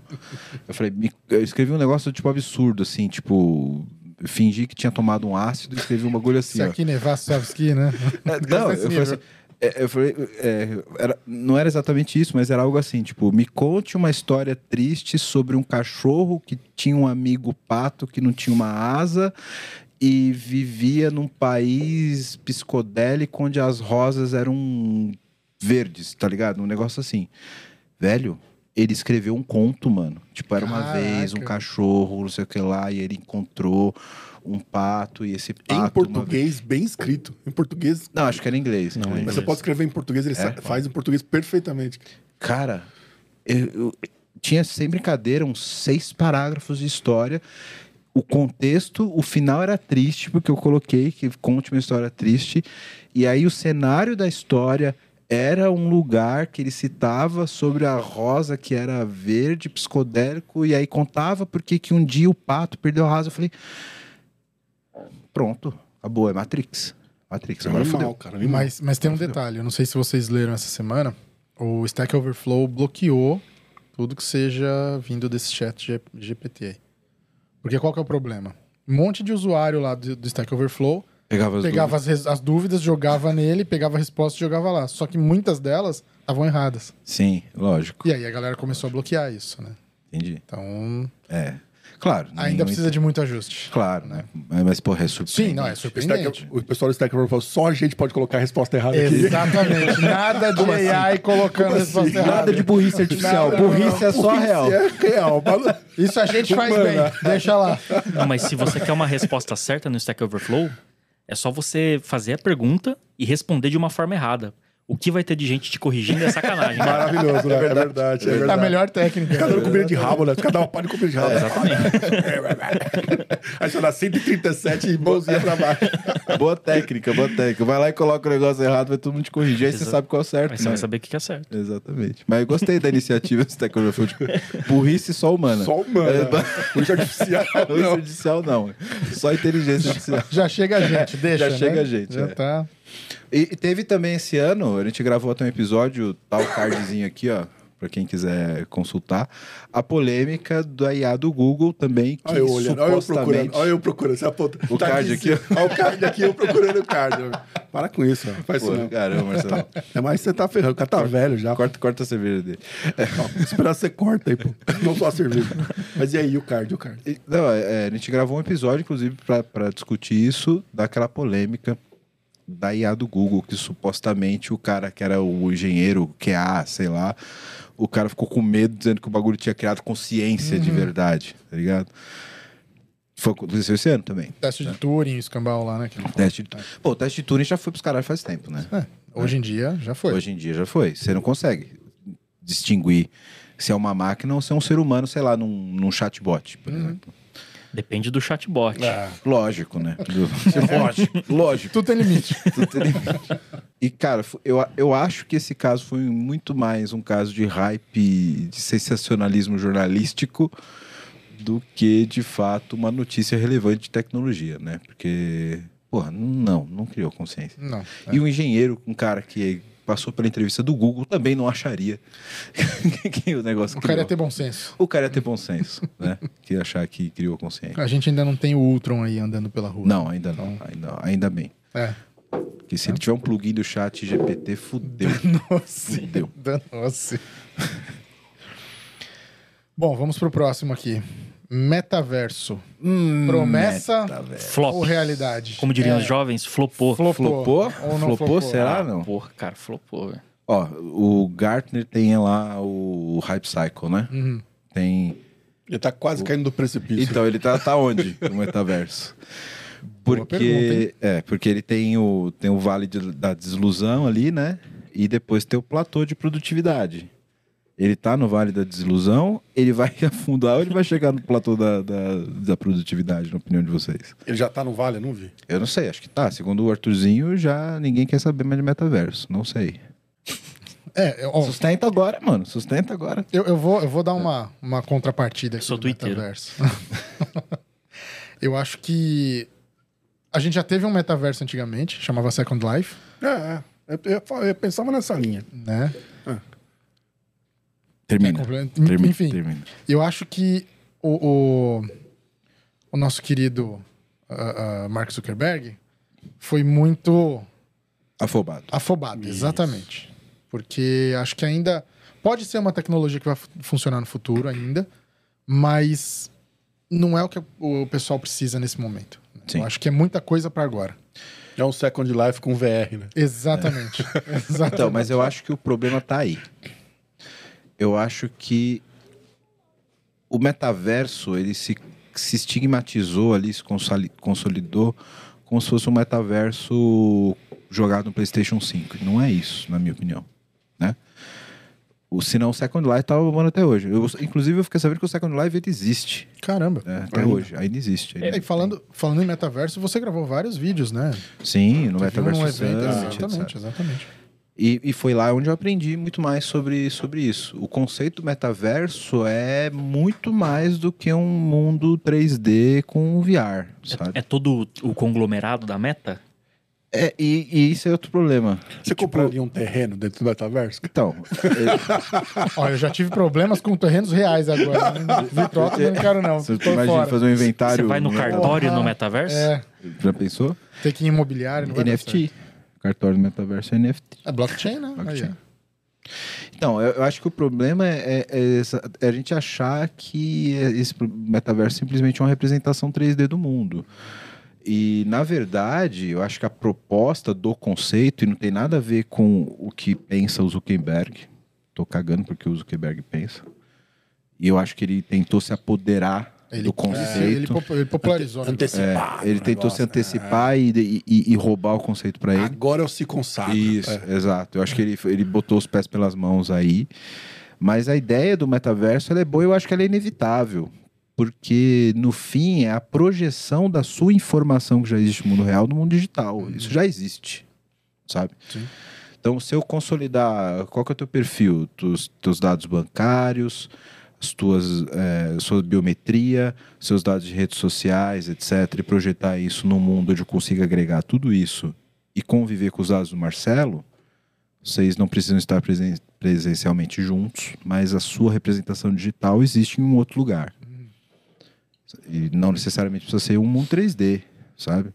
S1: Eu falei, me- eu escrevi um negócio, tipo, absurdo, assim, tipo, fingi que tinha tomado um ácido e escrevi um bagulho assim,
S4: Se
S1: ó.
S4: aqui nevar Sofsky, né?
S1: É, Não, eu
S4: Nesse
S1: falei, assim,
S4: nível.
S1: é, eu falei, é, era- não era exatamente isso, mas era algo assim, tipo, me conte uma história triste sobre um cachorro que tinha um amigo pato que não tinha uma asa e vivia num país psicodélico onde as rosas eram verdes, tá ligado? Um negócio assim. Velho, ele escreveu um conto, mano. Tipo, era uma
S4: Caraca.
S1: vez um cachorro, não sei o que lá, e ele encontrou um pato e esse pato... uma
S3: em português, Ah, bem escrito. Em português.
S1: vez- Não, acho que era em inglês. em
S2: Não, em
S3: Mas
S1: inglês.
S3: você pode escrever em português, ele sa- faz em português perfeitamente.
S1: Cara, eu, eu- tinha sem brincadeira uns seis parágrafos de história. O contexto, o final era triste, porque eu coloquei que conte uma história triste. E aí o cenário da história era um lugar que ele citava sobre a rosa que era verde, psicodélico, e aí contava porque que um dia o pato perdeu a rosa. Eu falei, pronto, acabou, é Matrix. Matrix, agora
S3: Animal,
S1: fodeu.
S3: cara. animal.
S4: Mas, mas tem um detalhe, eu não sei se vocês leram essa semana, o Stack Overflow bloqueou tudo que seja vindo desse chat G- GPT aí. Porque qual que é o problema? Um monte de usuário lá do, do Stack Overflow
S1: Pegava as
S4: pegava as, res- as dúvidas, jogava nele, pegava a resposta e jogava lá. Só que muitas delas estavam erradas.
S1: dúvidas. Sim, lógico,
S4: E aí a galera começou a bloquear isso, né?
S1: entendi.
S4: Então,
S1: É. Claro.
S4: ainda
S1: nenhum-
S4: precisa de muito ajuste.
S1: Claro, né? Mas, mas, porra, é surpreendente.
S4: Sim, não, é
S3: O Stack-
S4: surpreendente.
S3: o pessoal do Stack Overflow, só a gente pode colocar a resposta errada aqui.
S4: Exatamente. Nada de AI colocando a resposta errada.
S1: assim? Nada de burrice artificial.
S4: Nada,
S1: burrice é só
S3: Isso
S1: real.
S3: É real. Mas-
S4: Isso a gente faz
S3: Humana.
S4: bem. Deixa lá.
S2: Não, mas se você quer uma resposta certa no Stack Overflow, é só você fazer a pergunta e responder de uma forma errada. O que vai ter de gente te corrigindo é sacanagem. cara.
S3: Maravilhoso, né? É verdade. É
S4: Tá A
S3: verdade.
S4: melhor técnica.
S3: Cada um comida de rabo, né? Cada um pode comer de
S1: É,
S3: rabo.
S2: Exatamente.
S3: Aí você dá 137 e mãozinha pra baixo.
S1: Boa técnica, boa técnica. Vai lá e coloca o negócio errado, vai todo mundo te corrigir, aí você
S2: Exa-
S1: sabe qual é o certo.
S2: Aí você
S1: né?
S2: vai saber o que que é certo.
S1: Exatamente. Mas eu gostei da iniciativa do Stack Overflow. Tipo, burrice só humana.
S3: Só humana. Puxa artificial.
S1: Burrice
S3: Não.
S1: artificial, não. Só inteligência artificial.
S4: Já chega a gente, deixa.
S1: Já chega
S4: né?
S1: a gente,
S4: Já
S1: é.
S4: tá.
S1: E, e teve também esse ano, a gente gravou até um episódio, tá o cardzinho aqui, ó, pra quem quiser consultar, a polêmica da IA do Google também, que
S3: Olha eu olhando, olha eu procurando,
S1: supostamente...
S3: olha eu procurando. Você aponta.
S1: O card
S3: em
S1: aqui,
S3: cima. Olha o card aqui, eu procurando o card. né? Para com isso, ó. faz isso
S1: Pô,
S3: não.
S1: caramba, Marcelo.
S3: É mais você tá ferrando, o cara tá velho já.
S1: Corta, corta a cerveja dele.
S3: Ó, esperar você corta aí, pô. Não só a cerveja. Mas e aí, o card, o card?
S1: E- Não, é, é, a gente gravou um episódio, inclusive, pra- pra discutir isso, daquela polêmica da IA do Google, que supostamente o cara que era o engenheiro, QA, sei lá, o cara ficou com medo dizendo que o bagulho tinha criado consciência de verdade, tá ligado? Foi o que aconteceu esse ano também.
S4: Teste de Turing, o escambau lá, né? que ele falou.
S1: Teste de... Pô, o teste de Turing já foi pros caras faz tempo, né?
S4: É, Hoje em dia já foi.
S1: Hoje em dia já foi. Você não consegue distinguir se é uma máquina ou se é um ser humano, sei lá, num, num chatbot, por exemplo.
S2: Depende do chatbot.
S4: É. Ah,
S1: Lógico, né? lógico, lógico.
S4: Tudo tem limite.
S1: Tudo tem limite. E, cara, fu- eu, a- eu acho que esse caso foi muito mais um caso de hype, de sensacionalismo jornalístico, do que, de fato, uma notícia relevante de tecnologia, né? Porque, porra, não, não criou consciência.
S4: Não.
S1: E um engenheiro, um cara que passou pela entrevista do Google, também não acharia que o negócio
S4: O cara ia
S1: criou.
S4: ter bom senso.
S1: O cara ia ter bom senso, né? Que ia achar que criou consciência.
S4: A gente ainda não tem o Ultron aí andando pela rua.
S1: Não, ainda não. Ainda, ainda bem.
S4: É.
S1: Porque se ele tiver um plugin do chat GPT, fudeu.
S4: Nossa.
S1: Fudeu.
S4: Nossa. Bom, vamos pro próximo aqui. Metaverso. Promessa
S2: Flop.
S4: ou realidade?
S2: Como diriam
S4: É,
S2: os jovens, flopou.
S1: Flopou?
S4: Ou não
S1: Flopou, será? Não.
S2: Porra, cara, flopou. velho.
S1: Ó, o Gartner tem lá o Hype Cycle, né?
S4: Uhum.
S1: Tem.
S3: Ele tá quase caindo do precipício.
S1: Então, ele tá, tá onde no metaverso?
S4: Boa pergunta,
S1: Porque, é, porque ele tem o, tem o vale de- da desilusão ali, né? E depois tem o platô de produtividade. Ele tá no vale da desilusão, ele vai afundar ou ele vai chegar no platô da, da, da produtividade, na opinião de vocês?
S3: Ele já tá no vale, eu não vi.
S1: Eu não sei, acho que tá. Segundo o Arthurzinho, já ninguém quer saber mais de metaverso. Não sei.
S4: É, ó, É
S1: Sustenta agora, mano. Sustenta agora.
S4: Eu, eu vou, eu vou dar uma, uma contrapartida aqui
S2: Sou
S4: do
S2: twitteiro.
S4: metaverso. eu acho que a gente já teve um metaverso antigamente, chamava Second Life,
S3: É, é. Eu, eu- eu pensava nessa linha.
S4: né?
S1: Termina.
S4: Complemento-
S1: Termina.
S4: Enfim,
S1: termina.
S4: eu acho que o, o, o nosso querido ah, ah, Mark Zuckerberg foi muito
S1: Afobado.
S4: Afobado, exatamente. Porque acho que ainda pode ser uma tecnologia que vai fu- funcionar no futuro ainda, mas não é o que o pessoal precisa nesse momento.
S1: Sim.
S4: Eu acho que é muita coisa pra agora.
S3: É um Second Life com VR, né?
S4: Exatamente. Exatamente.
S1: Então, mas eu acho que o problema tá aí. Eu acho que o metaverso, ele se, se estigmatizou ali, se consoli- consolidou como se fosse um metaverso jogado no PlayStation 5. E Não é isso, na minha opinião. Né? O, senão o Second Life tava bombando até hoje. Eu, inclusive, eu fiquei sabendo que o Second Life ele existe.
S4: Caramba. é,
S1: né? Até
S3: Ainda.
S1: hoje, ainda existe. ainda
S4: E falando, falando em metaverso, você gravou vários vídeos, né?
S1: tem. Sim, no
S4: Teve um
S1: Metaverso Summit, etc.
S4: exatamente, exatamente.
S1: E, e foi lá onde eu aprendi muito mais sobre, sobre isso. O conceito do metaverso é muito mais do que um mundo 3D com VR,
S2: É
S1: sabe?
S2: todo o conglomerado da meta?
S1: É, e, e isso é outro problema.
S3: Você compraria um terreno dentro do metaverso?
S1: Então, é,
S4: Olha, eu já tive problemas com terrenos reais agora. né? Vitroca, eu não quero não.
S1: você
S4: Tô
S1: imagina
S4: fora.
S1: fazer um inventário...
S2: Tá Você vai no cartório
S4: Porra.
S2: no metaverso?
S4: É,
S1: Já pensou?
S4: ter que ir em imobiliário. não vai dar certo.
S1: NFT. Cartório do metaverso é NFT.
S4: É blockchain, né?
S1: Blockchain.
S4: Aí, ó.
S1: Então, eu, eu acho que o problema é, é- é essa- é a gente achar que esse pro- metaverso é simplesmente uma representação 3D do mundo. E, na verdade, eu acho que a proposta do conceito, e não tem nada a ver com o que pensa o Zuckerberg, tô cagando porque o Zuckerberg pensa, e eu acho que ele tentou se apoderar do conceito.
S4: ele, pop- ele popularizou. né?
S3: Antecipar.
S1: Ele
S3: o
S1: tentou
S3: negócio,
S1: se
S3: né? Ah,
S1: antecipar e, e- e roubar o conceito para ele.
S3: Agora eu se consagro.
S1: né? Isso,
S3: É.
S1: exato. Eu acho que ele, ele botou os pés pelas mãos aí. Mas a ideia do metaverso ela é boa, eu acho que ela é inevitável. Porque, no fim, é a projeção da sua informação que já existe no mundo real no mundo digital. Isso já existe, sabe?
S4: Sim.
S1: Então, se eu consolidar, qual que é o teu perfil? Tus, teus dados bancários, as tuas, eh, sua biometria, seus dados de redes sociais, etc. E projetar isso num mundo onde eu consiga agregar tudo isso e conviver com os dados do Marcelo, vocês não precisam estar presen- presencialmente juntos, mas a sua representação digital existe em um outro lugar. E não necessariamente precisa ser um mundo 3D, sabe?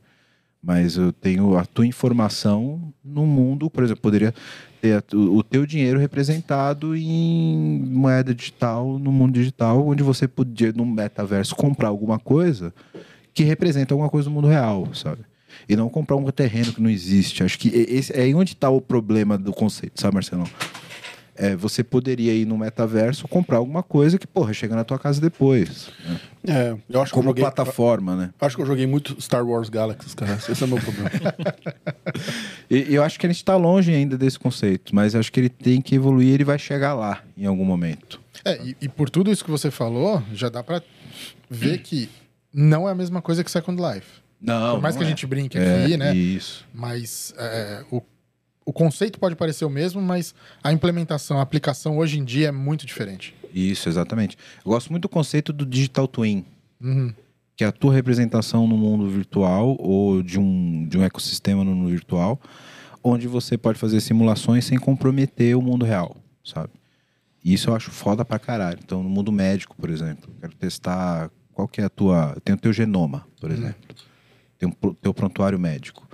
S1: Mas eu tenho a tua informação no mundo, por exemplo, poderia ter a tu- o teu dinheiro representado em moeda digital, no mundo digital, onde você podia, num metaverso, comprar alguma coisa que representa alguma coisa do mundo real, sabe? e não comprar um terreno que não existe. Acho que e- esse é aí onde está o problema do conceito, sabe, Marcelão? É, você poderia ir no metaverso comprar alguma coisa que, porra, chega na tua casa depois. né?
S3: É, eu acho que eu
S1: Como
S3: joguei,
S1: plataforma, né?
S3: acho que eu joguei muito Star Wars Galaxies, cara. Esse é o meu problema.
S1: E e eu acho que a gente está longe ainda desse conceito, mas eu acho que ele tem que evoluir, ele vai chegar lá em algum momento.
S4: É, e, e por tudo isso que você falou, já dá pra ver que não é a mesma coisa que Second Life.
S1: Não, é.
S4: Por mais que a gente brinque aqui, né?
S1: Isso.
S4: Mas é, o, o conceito pode parecer o mesmo, mas a implementação, a aplicação hoje em dia é muito diferente.
S1: Isso, exatamente. Eu gosto muito do conceito do digital twin.
S4: Uhum.
S1: que é a tua representação no mundo virtual ou de um, de um ecossistema no mundo virtual, onde você pode fazer simulações sem comprometer o mundo real, sabe? E Isso eu acho foda pra caralho. Então, no mundo médico, por exemplo, eu quero testar qual que é a tua... Tem o teu genoma, por exemplo. Tem o pro- teu prontuário médico.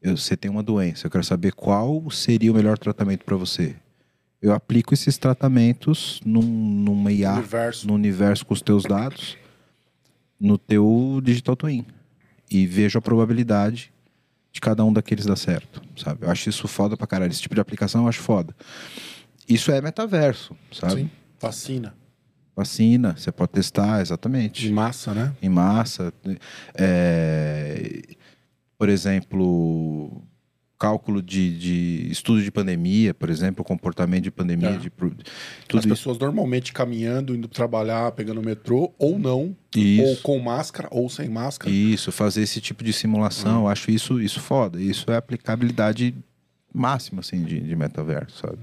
S1: Eu- você tem uma doença, eu quero saber qual seria o melhor tratamento pra você. Eu aplico esses tratamentos num, numa IA
S3: Universo.
S1: no universo com os teus dados no teu digital twin e vejo a probabilidade de cada um daqueles dar certo, sabe? Eu acho isso foda pra caralho. Esse tipo de aplicação eu acho foda. Isso é metaverso, sabe?
S4: Sim.
S3: Vacina.
S1: Vacina, você pode testar, exatamente
S3: De massa, né?
S1: em massa. É, por exemplo, cálculo de, de estudo de pandemia, por exemplo, comportamento de pandemia,
S3: É.
S1: de pro-
S3: As
S1: tudo isso.
S3: pessoas normalmente caminhando, indo trabalhar, pegando o metrô, ou não. Ou
S1: Isso,
S3: com máscara, ou sem máscara.
S1: isso, fazer esse tipo de simulação,
S4: Hum.
S1: eu acho isso, isso foda. Isso é aplicabilidade máxima, assim, de, de metaverso, sabe?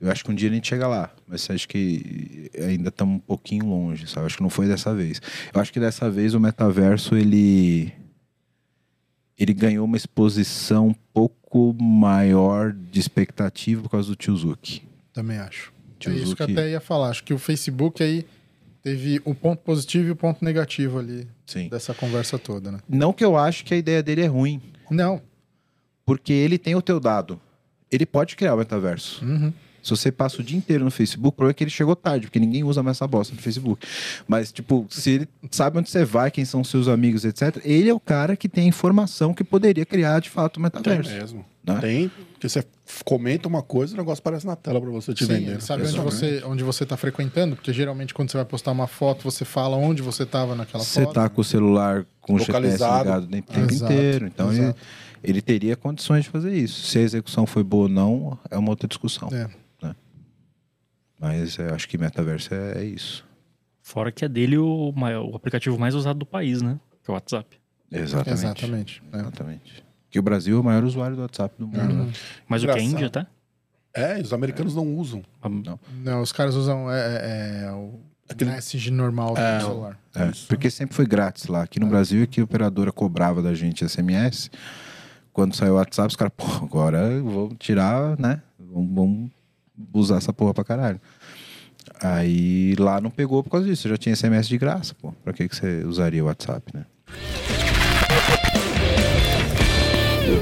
S1: Eu acho que um dia a gente chega lá, mas acho que ainda estamos um pouquinho longe, sabe? Acho que não foi dessa vez. Eu acho que dessa vez o metaverso ele ele ganhou uma exposição um pouco maior de expectativa por causa do Tizuki.
S4: Também acho. É
S1: Tizuki
S4: isso que eu até ia falar. Acho que o Facebook aí teve o ponto positivo e o ponto negativo ali
S1: Sim.
S4: dessa conversa toda, né?
S1: Não que eu acho que a ideia dele é ruim,
S4: Não.
S1: porque ele tem o teu dado. Ele pode criar o metaverso.
S4: Uhum.
S1: Se você passa o dia inteiro no Facebook, o problema é que ele chegou tarde, porque ninguém usa mais essa bosta do Facebook. Mas, tipo, se ele sabe onde você vai, quem são seus amigos, etc., ele é o cara que tem a informação que poderia criar, de fato, o
S3: Tem
S4: É,
S1: metaverso.
S3: mesmo.
S1: né?
S3: Tem. Porque você f- comenta uma coisa, o negócio aparece na tela pra você te
S4: Sim,
S3: vender. né?
S4: ele sabe onde
S3: Exatamente.
S4: você, onde você tá frequentando, porque geralmente quando você vai postar uma foto, você fala onde você tava naquela
S1: Você
S4: foto. né?
S1: tá com o celular com o GPS
S3: Localizado.
S1: ligado o tempo
S4: Exato,
S1: inteiro. Então, ele,
S4: exato.
S1: ele teria condições de fazer isso. Se a execução foi boa ou não, é uma outra discussão.
S4: É.
S1: né? Mas eu acho que metaverso é, é isso.
S2: Fora que é dele o, maior- o aplicativo mais usado do país, né? Que é o WhatsApp.
S1: Exatamente. Exatamente.
S4: Exatamente. né?
S1: Que o Brasil é o maior usuário do WhatsApp do mundo.
S4: Uhum.
S3: Uhum.
S1: né?
S2: Mais do que a
S3: Engraçado.
S2: Índia, tá?
S3: É, os americanos não usam.
S4: Não, os caras usam é, é, é, o
S3: Aquele-
S4: message normal do
S3: É, o-
S4: celular.
S1: É, porque sempre foi grátis lá. Aqui no Brasil é que a operadora cobrava da gente SMS. Quando saiu o WhatsApp, os caras, pô, agora eu vou tirar, né? Vamos, vamos usar essa porra pra caralho. Aí lá não pegou por causa disso. Já tinha SMS de graça, pô. Pra que, que você usaria o WhatsApp, né?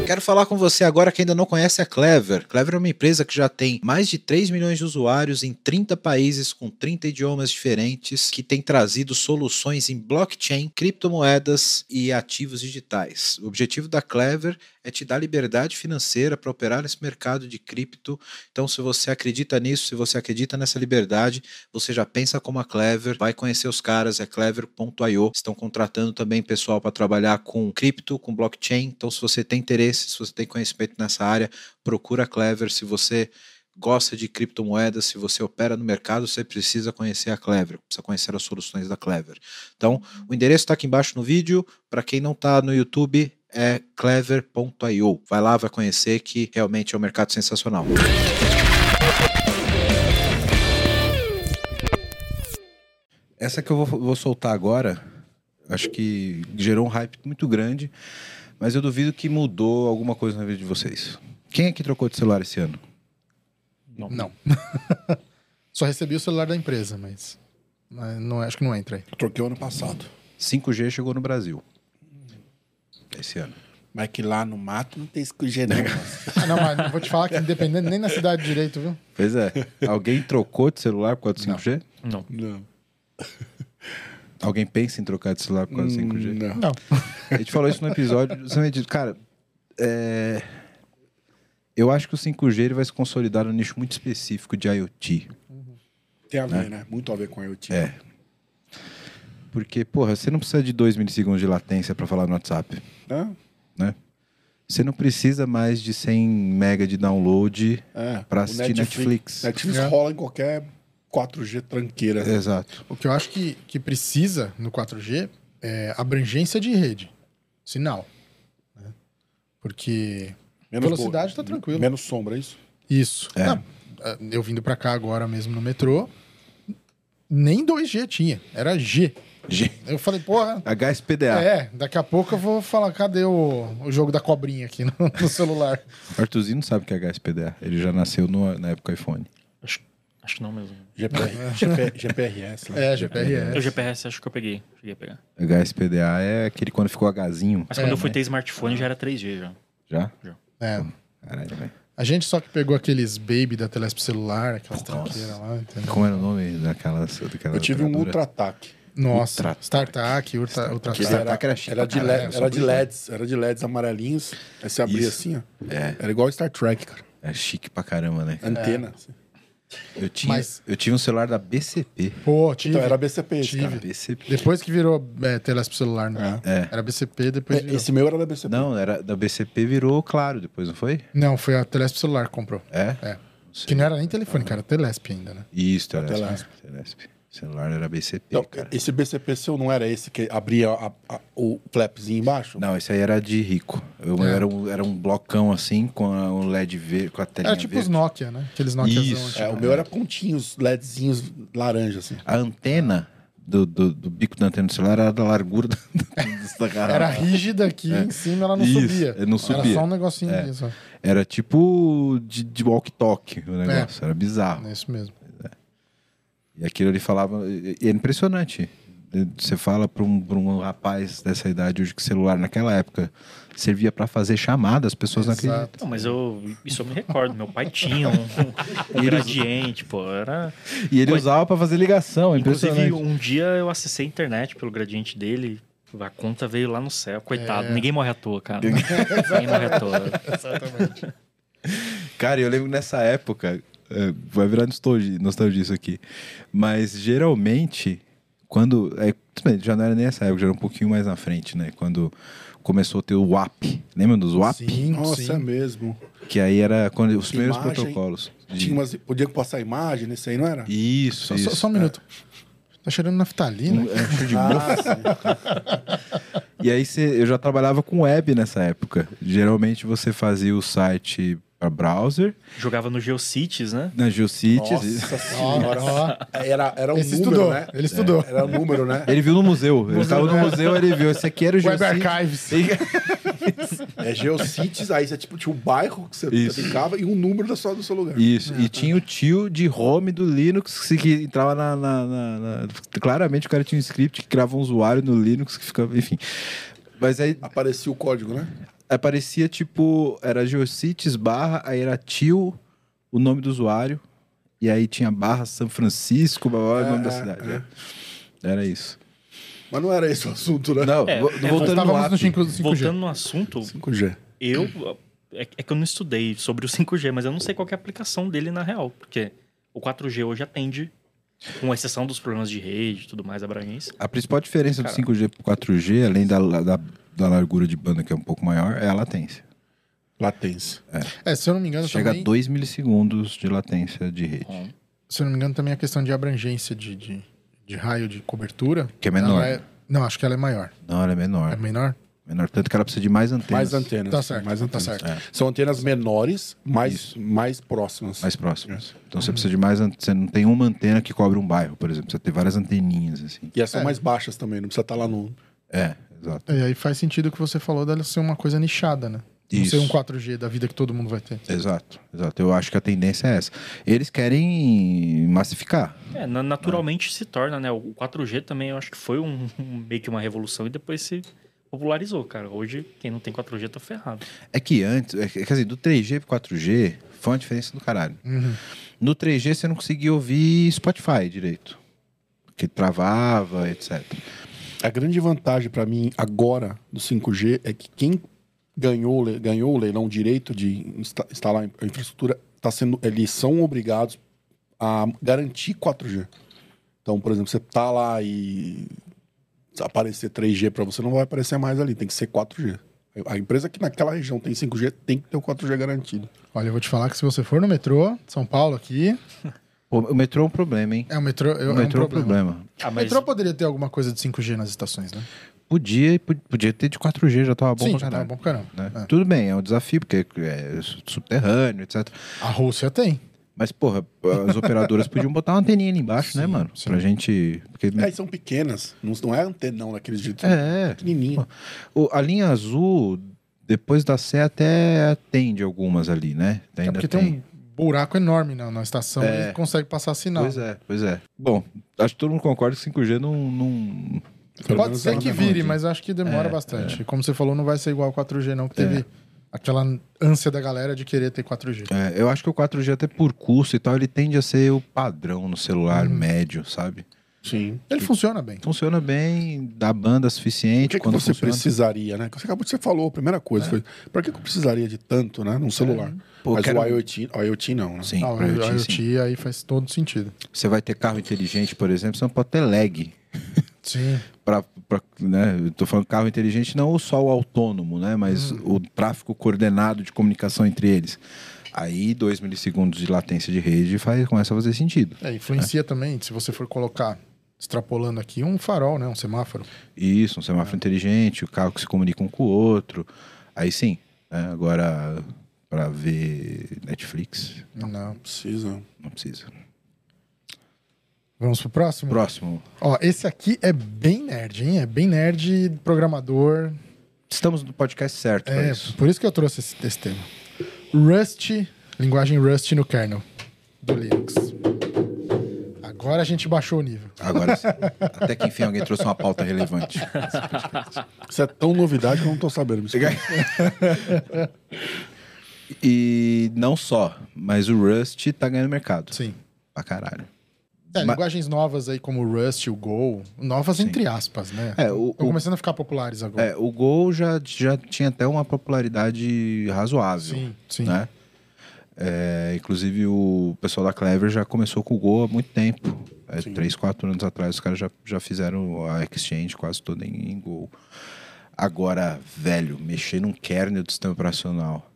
S1: Quero falar com você agora que ainda não conhece a Clever. Clever é uma empresa que já tem mais de 3 milhões de usuários em 30 países com 30 idiomas diferentes, que tem trazido soluções em blockchain, criptomoedas e ativos digitais. O objetivo da Clever é te dar liberdade financeira para operar nesse mercado de cripto. Então, se você acredita nisso, se você acredita nessa liberdade, você já pensa como a Clever, vai conhecer os caras, é clever.io. Estão contratando também pessoal para trabalhar com cripto, com blockchain. Então, se você tem interesse, se você tem conhecimento nessa área, procura a Clever. Se você gosta de criptomoedas, se você opera no mercado, você precisa conhecer a Clever, precisa conhecer as soluções da Clever. Então, o endereço está aqui embaixo no vídeo. Para quem não está no YouTube, é clever.io. Vai lá, vai conhecer que realmente é um mercado sensacional. Essa que eu vou, vou soltar agora, acho que gerou um hype muito grande, mas eu duvido que mudou alguma coisa na vida de vocês. Quem é que trocou de celular esse ano?
S2: Não.
S4: Não. Só recebi o celular da empresa, mas. mas Não, acho que não entra aí.
S3: Eu troquei o ano passado.
S1: 5G chegou no Brasil. Esse ano.
S3: Mas que lá no mato não tem 5G, não. moço.
S4: Ah, não, mas eu vou te falar que independente, nem na cidade direito, viu?
S1: Pois é. Alguém trocou de celular por causa do 5G?
S2: Não.
S3: não.
S1: Alguém pensa em trocar de celular por causa do 5G?
S3: Hum, Não.
S4: Não.
S1: A gente falou isso no episódio. Você disse, cara, é, eu acho que o 5G ele vai se consolidar num nicho muito específico de IoT.
S3: Tem a ver, né? Muito a ver com a IoT.
S1: É. Porque, porra, você não precisa de 2 milissegundos de latência para falar no WhatsApp.
S3: Né?
S1: Você não precisa mais de 100 mega de download
S3: É.
S1: para
S3: O
S1: assistir Netflix.
S3: Netflix, Netflix
S4: É.
S3: rola em qualquer 4G tranqueira.
S1: É. Exato.
S4: O que eu acho que, que precisa no 4G é abrangência de rede. Sinal. né? Porque. Velocidade tá tranquilo.
S3: Menos sombra, é isso?
S4: Isso.
S1: É.
S4: Não, ah, eu vindo pra cá agora mesmo no metrô, nem 2G tinha. Era G.
S1: G.
S4: Eu falei, porra.
S1: HSPDA.
S4: É, daqui a pouco eu vou falar, cadê o, o jogo da cobrinha aqui no, no celular?
S1: Arthurzinho não sabe o que é HSPDA. Ele já nasceu no- na época iPhone.
S2: Acho, acho que não mesmo.
S3: GPR, GP, GPRS. né?
S4: É, GPRS.
S2: O GPS acho que eu peguei. Cheguei a pegar.
S1: HSPDA é aquele quando ficou Hzinho.
S2: Mas
S4: É,
S2: quando eu fui
S4: mas-
S2: ter smartphone já era 3G já.
S1: Já?
S4: É.
S1: Caralho, velho.
S4: A gente só que pegou aqueles baby da Telesp celular, aquelas tranqueiras lá, entendeu?
S1: Como era o nome daquela. daquela
S3: Eu tive um
S1: operadora?
S3: ultra-ataque.
S4: Nossa,
S1: Ultra-
S4: StarTAC, Ultra, Ultra
S1: Aquele
S4: Tac.
S1: era- Trataca chique
S3: era de,
S1: pra
S3: le-
S1: caralho, só
S3: era de
S1: por
S3: LEDs, era de LEDs amarelinhos. Aí você abria
S1: Isso.
S3: assim, ó.
S1: É.
S3: Era igual Star Trek, cara.
S1: É chique pra caramba, né?
S3: Antena. assim.
S1: Eu tinha,
S4: Mas-
S1: eu tinha um celular da BCP.
S4: Pô, tive.
S3: Então era BCP esse,
S4: Tive.
S3: cara.
S1: BCP.
S4: Depois que virou é, Telesp celular, né?
S1: É.
S4: Era BCP, depois
S3: É,
S4: virou.
S3: Esse meu era da BCP.
S1: Não, era da BCP virou claro depois, não foi?
S4: Não, foi a Telesp celular que comprou.
S1: É?
S4: É.
S1: Não sei.
S4: Que não era nem telefônica, era Telesp ainda, né?
S1: Isso, Telesp.
S3: Telesp.
S1: Telesp. Celular era BCP,
S3: Então,
S1: cara.
S3: esse BCP seu não era esse que abria a- a- o flapzinho embaixo?
S1: Não, esse aí era de rico. Eu,
S4: É.
S1: era, um, era um blocão assim, com a- o LED verde, com a telinha
S4: Era tipo os
S1: verde.
S4: Nokia, né? Aqueles Nokiazão
S1: Isso.
S4: antigos.
S3: É, o meu era pontinhos, LEDzinhos laranja, assim.
S1: A antena do, do, do bico da antena do celular era da largura da, da garrafa.
S4: Era rígida aqui em cima, ela não
S1: É. Isso,
S4: subia.
S1: não subia. É.
S4: Era só um negocinho disso. ó.
S1: Era tipo de, de walk-talk o negócio, era bizarro.
S4: É isso mesmo.
S1: E aquilo ele falava. E e era impressionante. Você fala para um, pra um rapaz dessa idade hoje que celular naquela época servia para fazer chamada, as pessoas não
S4: Exato.
S1: acreditam.
S2: Não, Então, mas eu. Isso eu me recordo. Meu pai tinha um, um gradiente, pô. Era.
S1: E ele
S2: Mas-
S1: usava para fazer ligação, é
S2: Inclusive,
S1: impressionante.
S2: um dia eu acessei a internet pelo gradiente dele. A conta veio lá no céu. Coitado,
S4: É.
S2: ninguém morre à toa, cara. ninguém morre à toa.
S4: Exatamente.
S1: Cara, eu lembro nessa época, é, vai virar nostalgia, nostalgia isso aqui, mas geralmente, quando. É, tudo bem, já não era nem essa época, já era um pouquinho mais na frente, né? Quando começou a ter o WAP. Lembra dos WAP?
S4: Sim,
S3: Nossa, é
S4: sim.
S3: mesmo.
S1: Que aí era quando os primeiros
S3: Imagem.
S1: protocolos. de-
S3: Tinha umas, podia passar imagem nesse aí, não era?
S1: Isso,
S4: Só, só-
S1: isso.
S4: só um minuto. Tá cheirando
S1: É
S4: naftalina?
S1: um cheiro de
S3: Ah,
S1: E aí cê- eu já trabalhava com web nessa época. Geralmente você fazia o site para browser,
S2: Jogava no GeoCities, né?
S1: na
S3: sim.
S1: Geocities.
S3: Nossa
S4: Ó,
S3: senhora.
S4: ó.
S3: Era, era um
S4: Ele
S3: número,
S4: estudou.
S3: né?
S1: É.
S4: Ele estudou.
S3: Era um número, né?
S1: Ele viu no museu. Ele estava no museu, ele viu. Esse aqui era o
S4: Web
S1: Geocities.
S4: Archives.
S1: tá
S3: É Geocities, aí você tipo, tinha o bairro que você
S1: Isso.
S3: ficava e um número da sua, do seu lugar.
S1: Isso. E tinha o tio de home do Linux que- que entrava na, na- na- na- Claramente o cara tinha um script que criava um usuário no Linux que ficava. Enfim. Mas aí
S3: Aparecia o código, né?
S1: aparecia tipo. Era Geocities barra, aí era tio, o nome do usuário. E aí tinha barra São Francisco, blá, blá, blá, o nome da
S3: É,
S1: cidade.
S3: é.
S1: é. Era isso.
S3: Mas não era esse o assunto, né?
S1: Não,
S2: É,
S1: vo-
S2: é,
S1: voltando no
S4: Estávamos
S1: app.
S4: no 5, 5G.
S2: Voltando no assunto,
S3: 5G.
S2: eu. É, é que eu não estudei sobre o 5G, mas eu não sei qual que é a aplicação dele na real. Porque o 4G hoje atende, com exceção dos problemas de rede e tudo mais, abrangência.
S1: A principal diferença do 5G pro 4G, além da, da, da largura de banda que é um pouco maior, é a latência.
S3: Latência.
S4: É, se eu não me engano,
S1: Chega
S4: também,
S1: a 2 milissegundos de latência de rede.
S4: se eu não me engano, também a questão de abrangência de, de, de raio de cobertura.
S1: Que é menor.
S4: ela Não, acho que ela é maior.
S1: Não, ela é menor.
S4: É menor?
S1: Menor. Tanto que ela precisa de mais antenas.
S3: Mais antenas.
S4: Tá certo.
S3: Mais
S4: tá
S3: antenas.
S4: certo.
S3: São antenas menores, mais, mais próximas.
S1: Mais próximas.
S4: É.
S1: Então
S4: Uhum.
S1: você precisa de mais antenas. Você não tem uma antena que cobre um bairro, por exemplo. Você tem várias anteninhas, assim.
S3: E as
S4: É.
S3: são mais baixas também, não precisa estar lá no.
S1: É, exato.
S4: E aí faz sentido o que você falou dela ser uma coisa nichada, né?
S1: Isso.
S4: Não ser um 4G da vida que todo mundo vai ter.
S1: Exato, exato. Eu acho que a tendência é essa. Eles querem massificar.
S2: É, na- naturalmente se torna, né? O 4G também eu acho que foi um, um- meio que uma revolução e depois se popularizou, cara. Hoje, quem não tem 4G tá ferrado.
S1: É que antes, é que, quer dizer, do 3G pro 4G, foi uma diferença do caralho.
S4: Uhum.
S1: No 3G você não conseguia ouvir Spotify direito. Porque travava, etc.
S3: A grande vantagem para mim agora do 5G é que quem ganhou, o le- ganhou o leilão direito de insta- instalar a infraestrutura tá sendo, eles são obrigados a garantir 4G. Então, por exemplo, você tá lá e aparecer 3G para você não vai aparecer mais ali, tem que ser 4G. A empresa que naquela região tem 5G tem que ter o 4G garantido.
S4: Olha, eu vou te falar que se você for no metrô, São Paulo aqui,
S1: O, o metrô é um problema, hein?
S4: é o metrô, é,
S1: o
S4: um
S1: metrô é um
S4: problema.
S1: problema.
S2: Ah,
S4: O
S2: mas
S4: metrô poderia ter alguma coisa de 5G nas estações, né?
S1: Podia, e po- podia ter de 4G, já tava bom
S4: Sim,
S1: pra
S4: já
S1: caralho.
S4: tá bom pra caramba.
S1: né?
S4: É.
S1: Tudo bem, é um desafio, porque é su- subterrâneo, etc.
S4: A Rússia tem.
S1: Mas, porra, as operadoras podiam botar uma anteninha ali embaixo, né, mano?
S4: sim. É
S1: Pra gente. Porque...
S3: Aí É, são pequenas, não, não é antenão daqueles de
S1: É.
S3: pequenininho.
S1: O- a linha azul, depois da Sé, até atende algumas ali, né?
S4: É
S1: Ainda
S4: porque
S1: tem.
S4: tem. um buraco enorme na, na estação
S1: É.
S4: e consegue passar sinal.
S1: Pois é, pois é. Bom, acho que todo mundo concorda que 5G não. não...
S3: Pelo
S4: Pode
S3: menos
S4: ser
S3: ela
S4: que
S3: não
S4: vire,
S1: aqui.
S4: mas acho que demora
S1: É,
S4: bastante. E Como você falou, não vai ser igual ao 4G, não, que teve aquela ânsia da galera de querer ter 4G.
S1: É,
S4: Uhum.
S1: eu acho que o 4G, até por custo e tal, ele tende a ser o padrão no celular médio, sabe?
S3: Sim.
S4: Ele funciona bem.
S1: Funciona bem, dá banda
S3: O
S1: suficiente
S3: que, que
S1: quando
S3: você
S1: funciona.
S3: precisaria, né? Você acabou de você falou, a primeira coisa foi, pra que que eu precisaria de tanto, né, num celular?
S1: Pô,
S3: Mas
S1: quero-
S3: o IoT, o IoT não, né?
S1: Sim,
S4: Ah, o
S1: pra IoT,
S4: IoT,
S1: sim.
S4: aí faz todo sentido.
S1: Você vai ter carro inteligente, por exemplo, você não pode ter lag.
S4: Sim.
S1: Pra, pra, né, eu tô falando carro inteligente, não só o autônomo, né? Mas o tráfego coordenado de comunicação entre eles. Aí, dois milissegundos de latência de rede faz, começa a fazer sentido.
S4: É, influencia também, se você for colocar, extrapolando aqui, um farol, né? Um semáforo.
S1: Isso, um semáforo inteligente, o carro que se comunica um com o outro. Aí sim. né, Agora, para ver Netflix,
S4: Não.
S3: Precisa.
S1: não precisa.
S4: Vamos pro próximo?
S1: Próximo.
S4: Ó, esse aqui é bem nerd, hein? É bem nerd, programador.
S1: Estamos no podcast certo pra
S4: É,
S1: isso.
S4: por isso que eu trouxe esse, esse tema. Rust, linguagem Rust no kernel do Linux. Agora a gente baixou o nível.
S1: Agora sim. Até que enfim alguém trouxe uma pauta relevante.
S3: Isso é tão novidade que eu não tô sabendo. me explica.
S1: E não só, mas o Rust tá ganhando mercado.
S4: Sim.
S1: Pra caralho.
S4: É,
S1: Ma-
S4: linguagens novas aí como o Rust, o Go, novas entre aspas, né?
S1: É, o, o,
S4: Estão começando a ficar populares agora.
S1: é, o Go já, já tinha até uma popularidade razoável.
S4: sim, sim.
S1: Né? É, inclusive o pessoal da Clever já começou com o Go há muito tempo. É,
S3: Sim.
S1: três, quatro anos atrás os caras já, já fizeram a Exchange quase toda em, em Go. Agora, velho, mexer num kernel do sistema operacional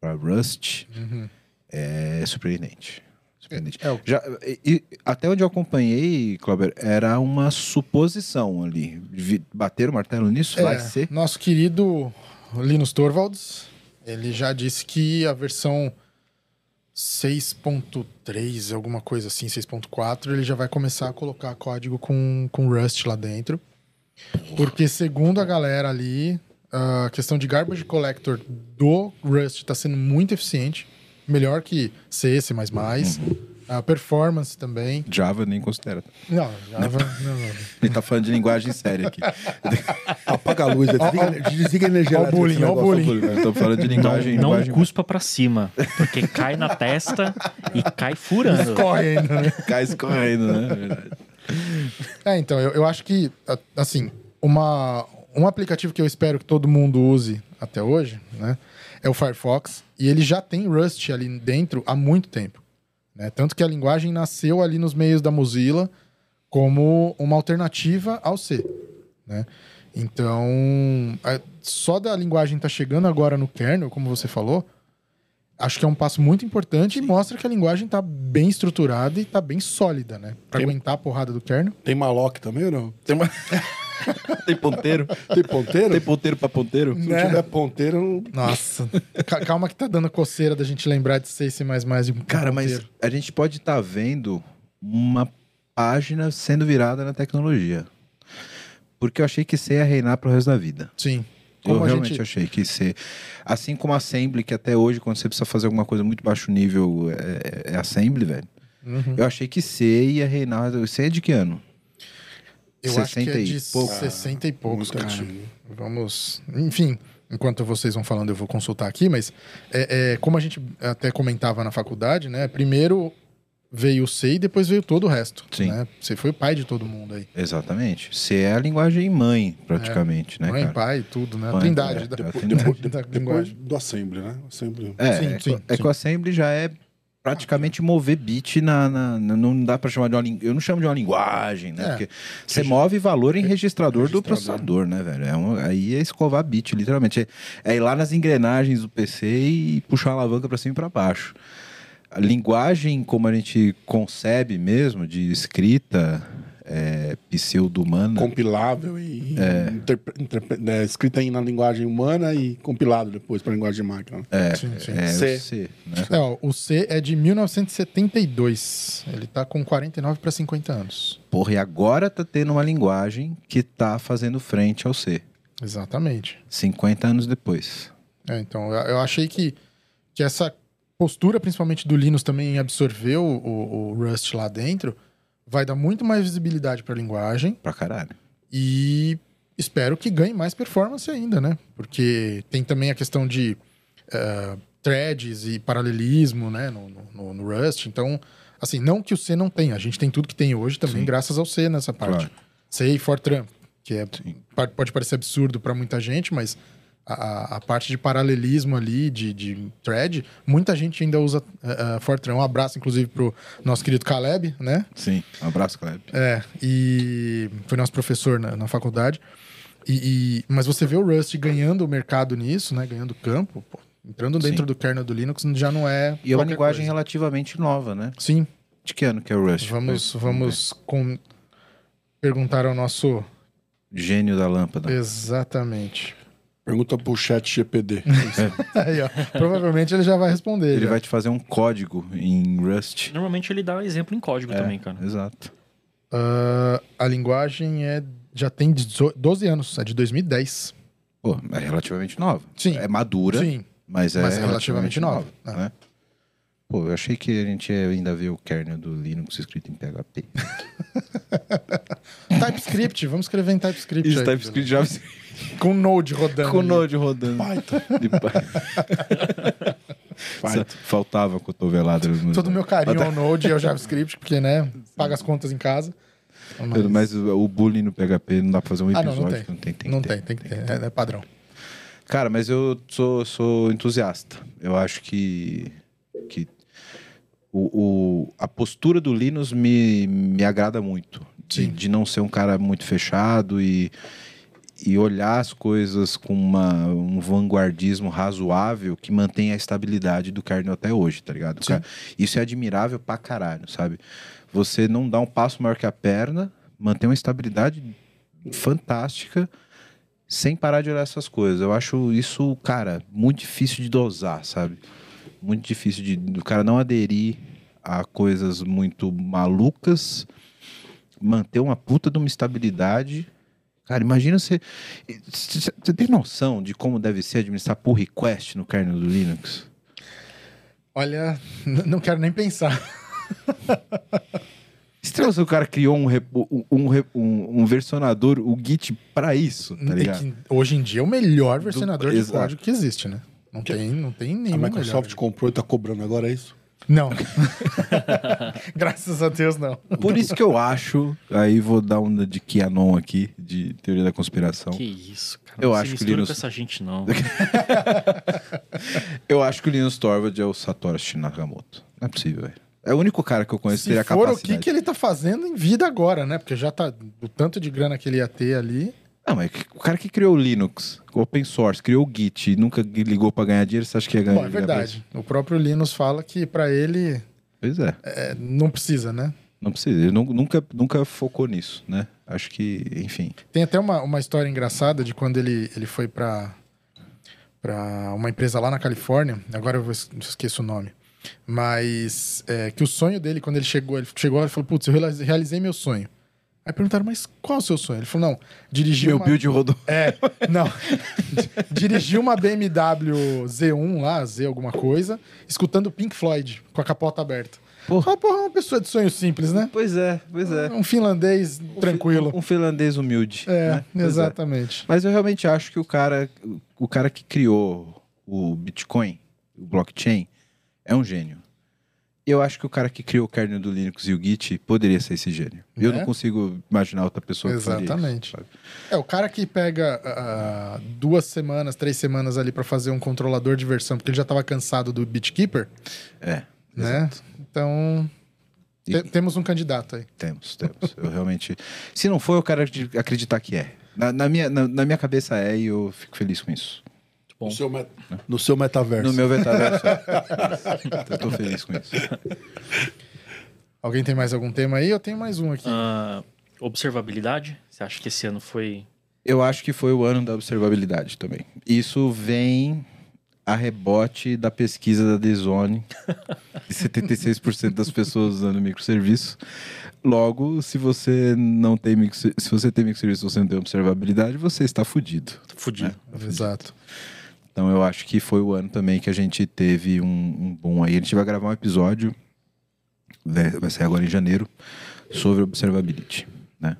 S1: para Rust
S4: Uhum.
S1: é surpreendente. Surpreendente.
S4: É, é o-
S1: Já, e- e- até onde eu acompanhei, Clober, era uma suposição ali. Vi- Bater o martelo nisso vai
S4: É,
S1: ser.
S4: Nosso querido Linus Torvalds, ele já disse que a versão 6.3, alguma coisa assim, 6.4, ele já vai começar a colocar código com, com Rust lá dentro. Porque segundo a galera ali, a questão de garbage collector do Rust está sendo muito eficiente. Melhor que C, C++.
S1: Uhum.
S4: A performance também.
S1: Java nem considera.
S4: Não, Java, não, não.
S1: Ele tá falando de linguagem séria aqui.
S3: Apaga a luz, desliga, desliga a energia
S4: Ó o
S3: elétrica
S4: bullying,
S3: desse
S4: ó o
S3: negócio.
S4: bullying.
S1: Eu tô falando de
S2: Não,
S1: linguagem.
S2: não
S1: linguagem
S2: cuspa pra cima, porque cai na testa e cai furando.
S4: Corre ainda, né?
S1: cai escorrendo, né? Verdade.
S4: É, então, eu, eu acho que, a- assim, uma, um aplicativo que eu espero que todo mundo use até hoje, né, é o Firefox. E ele já tem Rust ali dentro há muito tempo. né? Tanto que a linguagem nasceu ali nos meios da Mozilla como uma alternativa ao C. né? Então, a- só da linguagem estar chegando agora no kernel, como você falou, acho que é um passo muito importante e mostra que a linguagem está bem estruturada e está bem sólida, né? Para
S3: Tem-
S4: aguentar a porrada do kernel.
S3: Tem maloc também ou não?
S1: Tem, uma- Tem ponteiro?
S3: Tem ponteiro?
S1: Tem ponteiro pra ponteiro?
S3: Se não tiver ponteiro, eu não...
S4: Nossa. Ca- Calma que tá dando coceira da gente lembrar de C e C++ de um
S1: Cara, mas
S4: ponteiro.
S1: a gente pode estar vendo uma página sendo virada na tecnologia. Porque eu achei que C ia reinar pro resto da vida.
S4: Sim.
S1: eu
S4: Como a
S1: realmente
S4: gente...
S1: achei que ser. Assim como Assembly, que até hoje, quando você precisa fazer alguma coisa muito baixo nível, é, é Assembly, velho.
S4: Uhum.
S1: Eu achei que C ia reinar. C é de que ano?
S4: Eu acho que é
S1: 60 e
S4: de
S1: pouco.
S4: 60 e poucos,
S3: Muito
S4: cara.
S3: antigo.
S4: Vamos... Enfim, enquanto vocês vão falando, eu vou consultar aqui, mas é, é, como a gente até comentava na faculdade, né? Primeiro veio o C e depois veio todo o resto.
S1: Sim.
S4: né? Você foi o pai de todo mundo aí.
S1: Exatamente. C é a linguagem mãe, praticamente, né,
S4: É. Mãe,
S1: cara?
S4: pai, tudo, né?
S1: Mãe,
S4: Trindade.
S1: é,
S4: da-
S1: é a
S4: trindade
S1: trindade.
S4: da
S3: Depois
S4: linguagem.
S3: do assembly, né? Assembly.
S1: É, é,
S4: Sim, sim,
S1: é que
S4: sim.
S1: o Assembly já é praticamente mover bit na, na- na- não dá pra chamar de uma lin- eu não chamo de uma linguagem né
S4: É.
S1: porque você move valor em registrador, do
S3: registrador.
S1: processador né velho é um- aí é escovar bit literalmente é, é ir lá nas engrenagens do PC e puxar a alavanca pra cima e pra baixo a linguagem como a gente concebe mesmo de escrita é, pseudo humana
S3: Compilável e interpre- interpre- né, escrita em- na linguagem humana e compilado depois para linguagem de máquina. né?
S4: Sim, sim.
S1: é
S3: C.
S1: o C né?
S4: É, ó, o C é de 1972. Ele tá com 49 para 50 anos.
S1: porra e agora tá tendo uma linguagem que tá fazendo frente ao C
S4: Exatamente.
S1: 50 anos depois.
S4: É, então, eu- eu achei que, que essa postura, principalmente do Linus, também em absorver o, o- o Rust lá dentro, vai dar muito mais visibilidade para a linguagem
S1: Pra caralho.
S4: e espero que ganhe mais performance ainda, né? Porque tem também a questão de eh, threads e paralelismo né, no, no- no- no Rust. Então, Assim, não que o C não tenha, a gente tem tudo que tem hoje também, graças ao C nessa parte.
S1: Claro.
S4: C e Fortran, que é, pa- pode parecer absurdo para muita gente, mas a, a- a parte de paralelismo ali, de, de thread, muita gente ainda usa eh, eh, Fortran. Um abraço, inclusive, pro nosso querido Caleb, né?
S1: Sim. Um abraço, Caleb.
S4: É, e foi nosso professor na, na faculdade. E, e- mas você vê o Rust ganhando o mercado nisso, né? Ganhando campo, pô, entrando dentro
S1: Sim.
S4: do kernel do Linux, já não é.
S1: E é uma
S4: qualquer
S1: linguagem
S4: coisa.
S1: relativamente nova, né?
S4: Sim,
S1: De que ano que é o Rust?
S4: vamos,
S1: Foi-
S4: vamos com- perguntar ao nosso.
S1: Gênio da lâmpada.
S4: Exatamente.
S3: Pergunta pro chat GPD.
S4: Aí, ó, provavelmente ele já vai responder.
S1: Ele
S4: já.
S1: vai te fazer um código em Rust.
S2: Normalmente ele dá exemplo em
S1: É.
S2: código também, cara.
S1: Exato.
S4: Ah, a linguagem é, já tem 18 12 anos, é de 2010.
S1: Pô, é relativamente nova.
S4: Sim.
S1: É madura,
S4: Sim,
S1: mas é
S4: mas é
S1: relativamente,
S4: relativamente
S1: nova.
S4: nova, Ah.
S1: né? Pô, eu achei que a gente ia ainda ver o kernel do Linux escrito em PHP.
S4: TypeScript, vamos escrever tá em TypeScript. aí, né?
S1: JavaScript
S4: Com Node rodando. ali.
S1: rodando.
S3: Python.
S1: De Python. Faltava cotovelada. no-
S4: Todo o meu carinho ao Node e ao JavaScript, porque, né, paga as contas em casa. Então, Mas-
S1: Mas o bullying no PHP não dá pra fazer um
S4: Ah,
S1: episódio
S4: não, não tem.
S1: que não tem. que
S4: não
S1: ter.
S4: tem, tem que ter. É, é padrão.
S1: Cara, mas eu sou, sou entusiasta. Eu acho que, que o, o- a postura do Linus me, me agrada muito. De,
S4: Sim.
S1: de não ser um cara muito fechado e, e olhar as coisas com uma, um vanguardismo razoável que mantém a estabilidade do kernel até hoje, tá ligado?
S4: Sim.
S1: Cara, isso é admirável pra caralho, sabe? Você não dá um passo maior que a perna, mantém uma estabilidade fantástica sem parar de olhar essas coisas. Eu acho isso, cara, muito difícil de dosar, sabe? Muito difícil de do cara não aderir a coisas muito malucas, manter uma puta de uma estabilidade. Cara, imagina você. Você você tem noção de como deve ser administrar pull request no kernel do Linux?
S4: Olha, n- não quero nem pensar.
S1: Você tem noção que o cara criou um, rep- um, um rep- um- um versionador, o Git, pra isso, tá
S4: É
S1: ligado?
S4: que hoje em dia é o melhor versionador de
S1: exato. Ah,
S4: código que existe, né? Não tem, não tem
S3: A
S4: nenhum
S3: Microsoft
S4: melhor.
S3: comprou e tá cobrando agora, é isso?
S4: Não. Graças a Deus, não.
S1: Por isso que eu acho, aí vou dar uma de Kianon aqui, de teoria da conspiração.
S2: Que isso, cara.
S1: Então, Eu
S2: não
S1: acho que
S2: se mistura
S1: Linux-
S2: com essa gente, não.
S1: Eu acho que o Linus Torvald é o Satoshi Nakamoto. Não é possível, velho. É o único cara que eu conheço que é teria
S4: Se for o
S1: capacidade.
S4: que, que ele tá fazendo em vida agora, né? Porque já tá. O tanto de grana que ele ia ter ali.
S1: Não, mas o cara que criou o Linux, o open source, criou o Git e nunca ligou pra ganhar dinheiro, você acha que ia ganhar
S4: Bom, é
S1: ligar pra
S4: verdade. O próprio Linus fala que pra ele
S1: isso? Pois é.
S4: é, não precisa, né?
S1: Não precisa. Ele nu- nunca, nunca focou nisso, né? Acho que, enfim.
S4: Tem até uma, uma história engraçada de quando ele, ele foi para para uma empresa lá na Califórnia, agora eu vou es- esqueço o nome, mas é, que o sonho dele, quando ele chegou, ele chegou e falou, putz, eu realize- realizei meu sonho. Aí perguntaram, mas qual é o seu sonho? Ele falou, não, dirigir
S1: Meu
S4: uma...
S1: build rodou.
S4: É, não. Dirigi uma BMW Z1 lá, Z alguma coisa, escutando Pink Floyd, com a capota aberta.
S1: Porra.
S4: Ah, porra, uma pessoa de sonho simples, né?
S1: Pois é, pois é.
S4: Um finlandês tranquilo.
S1: Um, finlandês humilde.
S4: É,
S1: né? Pois
S4: exatamente.
S1: Mas eu realmente acho que o cara, o cara que criou o Bitcoin, o blockchain, é um gênio. Eu acho que o cara que criou o kernel do Linux e o Git poderia ser esse gênio. Eu
S4: Né?
S1: não consigo imaginar outra pessoa que faria isso,
S4: Exatamente.
S1: sabe?
S4: É, o cara que pega ah, duas semanas, três semanas ali pra fazer um controlador de versão, porque ele já tava cansado do Bitkeeper,
S1: É,
S4: né? Então,
S1: E-
S4: te- temos um candidato aí.
S1: temos, temos. Eu realmente. Se não for, eu quero acredi- acreditar que é. Na, na minha, na, na minha cabeça é e eu fico feliz com isso.
S2: Bom.
S3: No seu, met-
S4: É.
S3: no seu metaverso.
S1: No meu metaverso. é. eu tô feliz com isso.
S4: Alguém tem mais algum tema aí? Eu tenho mais um aqui.
S2: Ah, observabilidade? Você acha que esse ano foi.
S1: Eu acho que foi o ano da observabilidade também. Isso vem a rebote da pesquisa da Dezone, de 76% das pessoas usando microserviço. Logo, se você não tem micro, se você tem microserviço, e você não tem observabilidade, você está fudido.
S2: Fudido.
S4: Exato.
S1: Então eu acho que foi o ano também que a gente teve um, um boom aí. A gente vai gravar um episódio, né, vai sair agora em janeiro, sobre observability, né?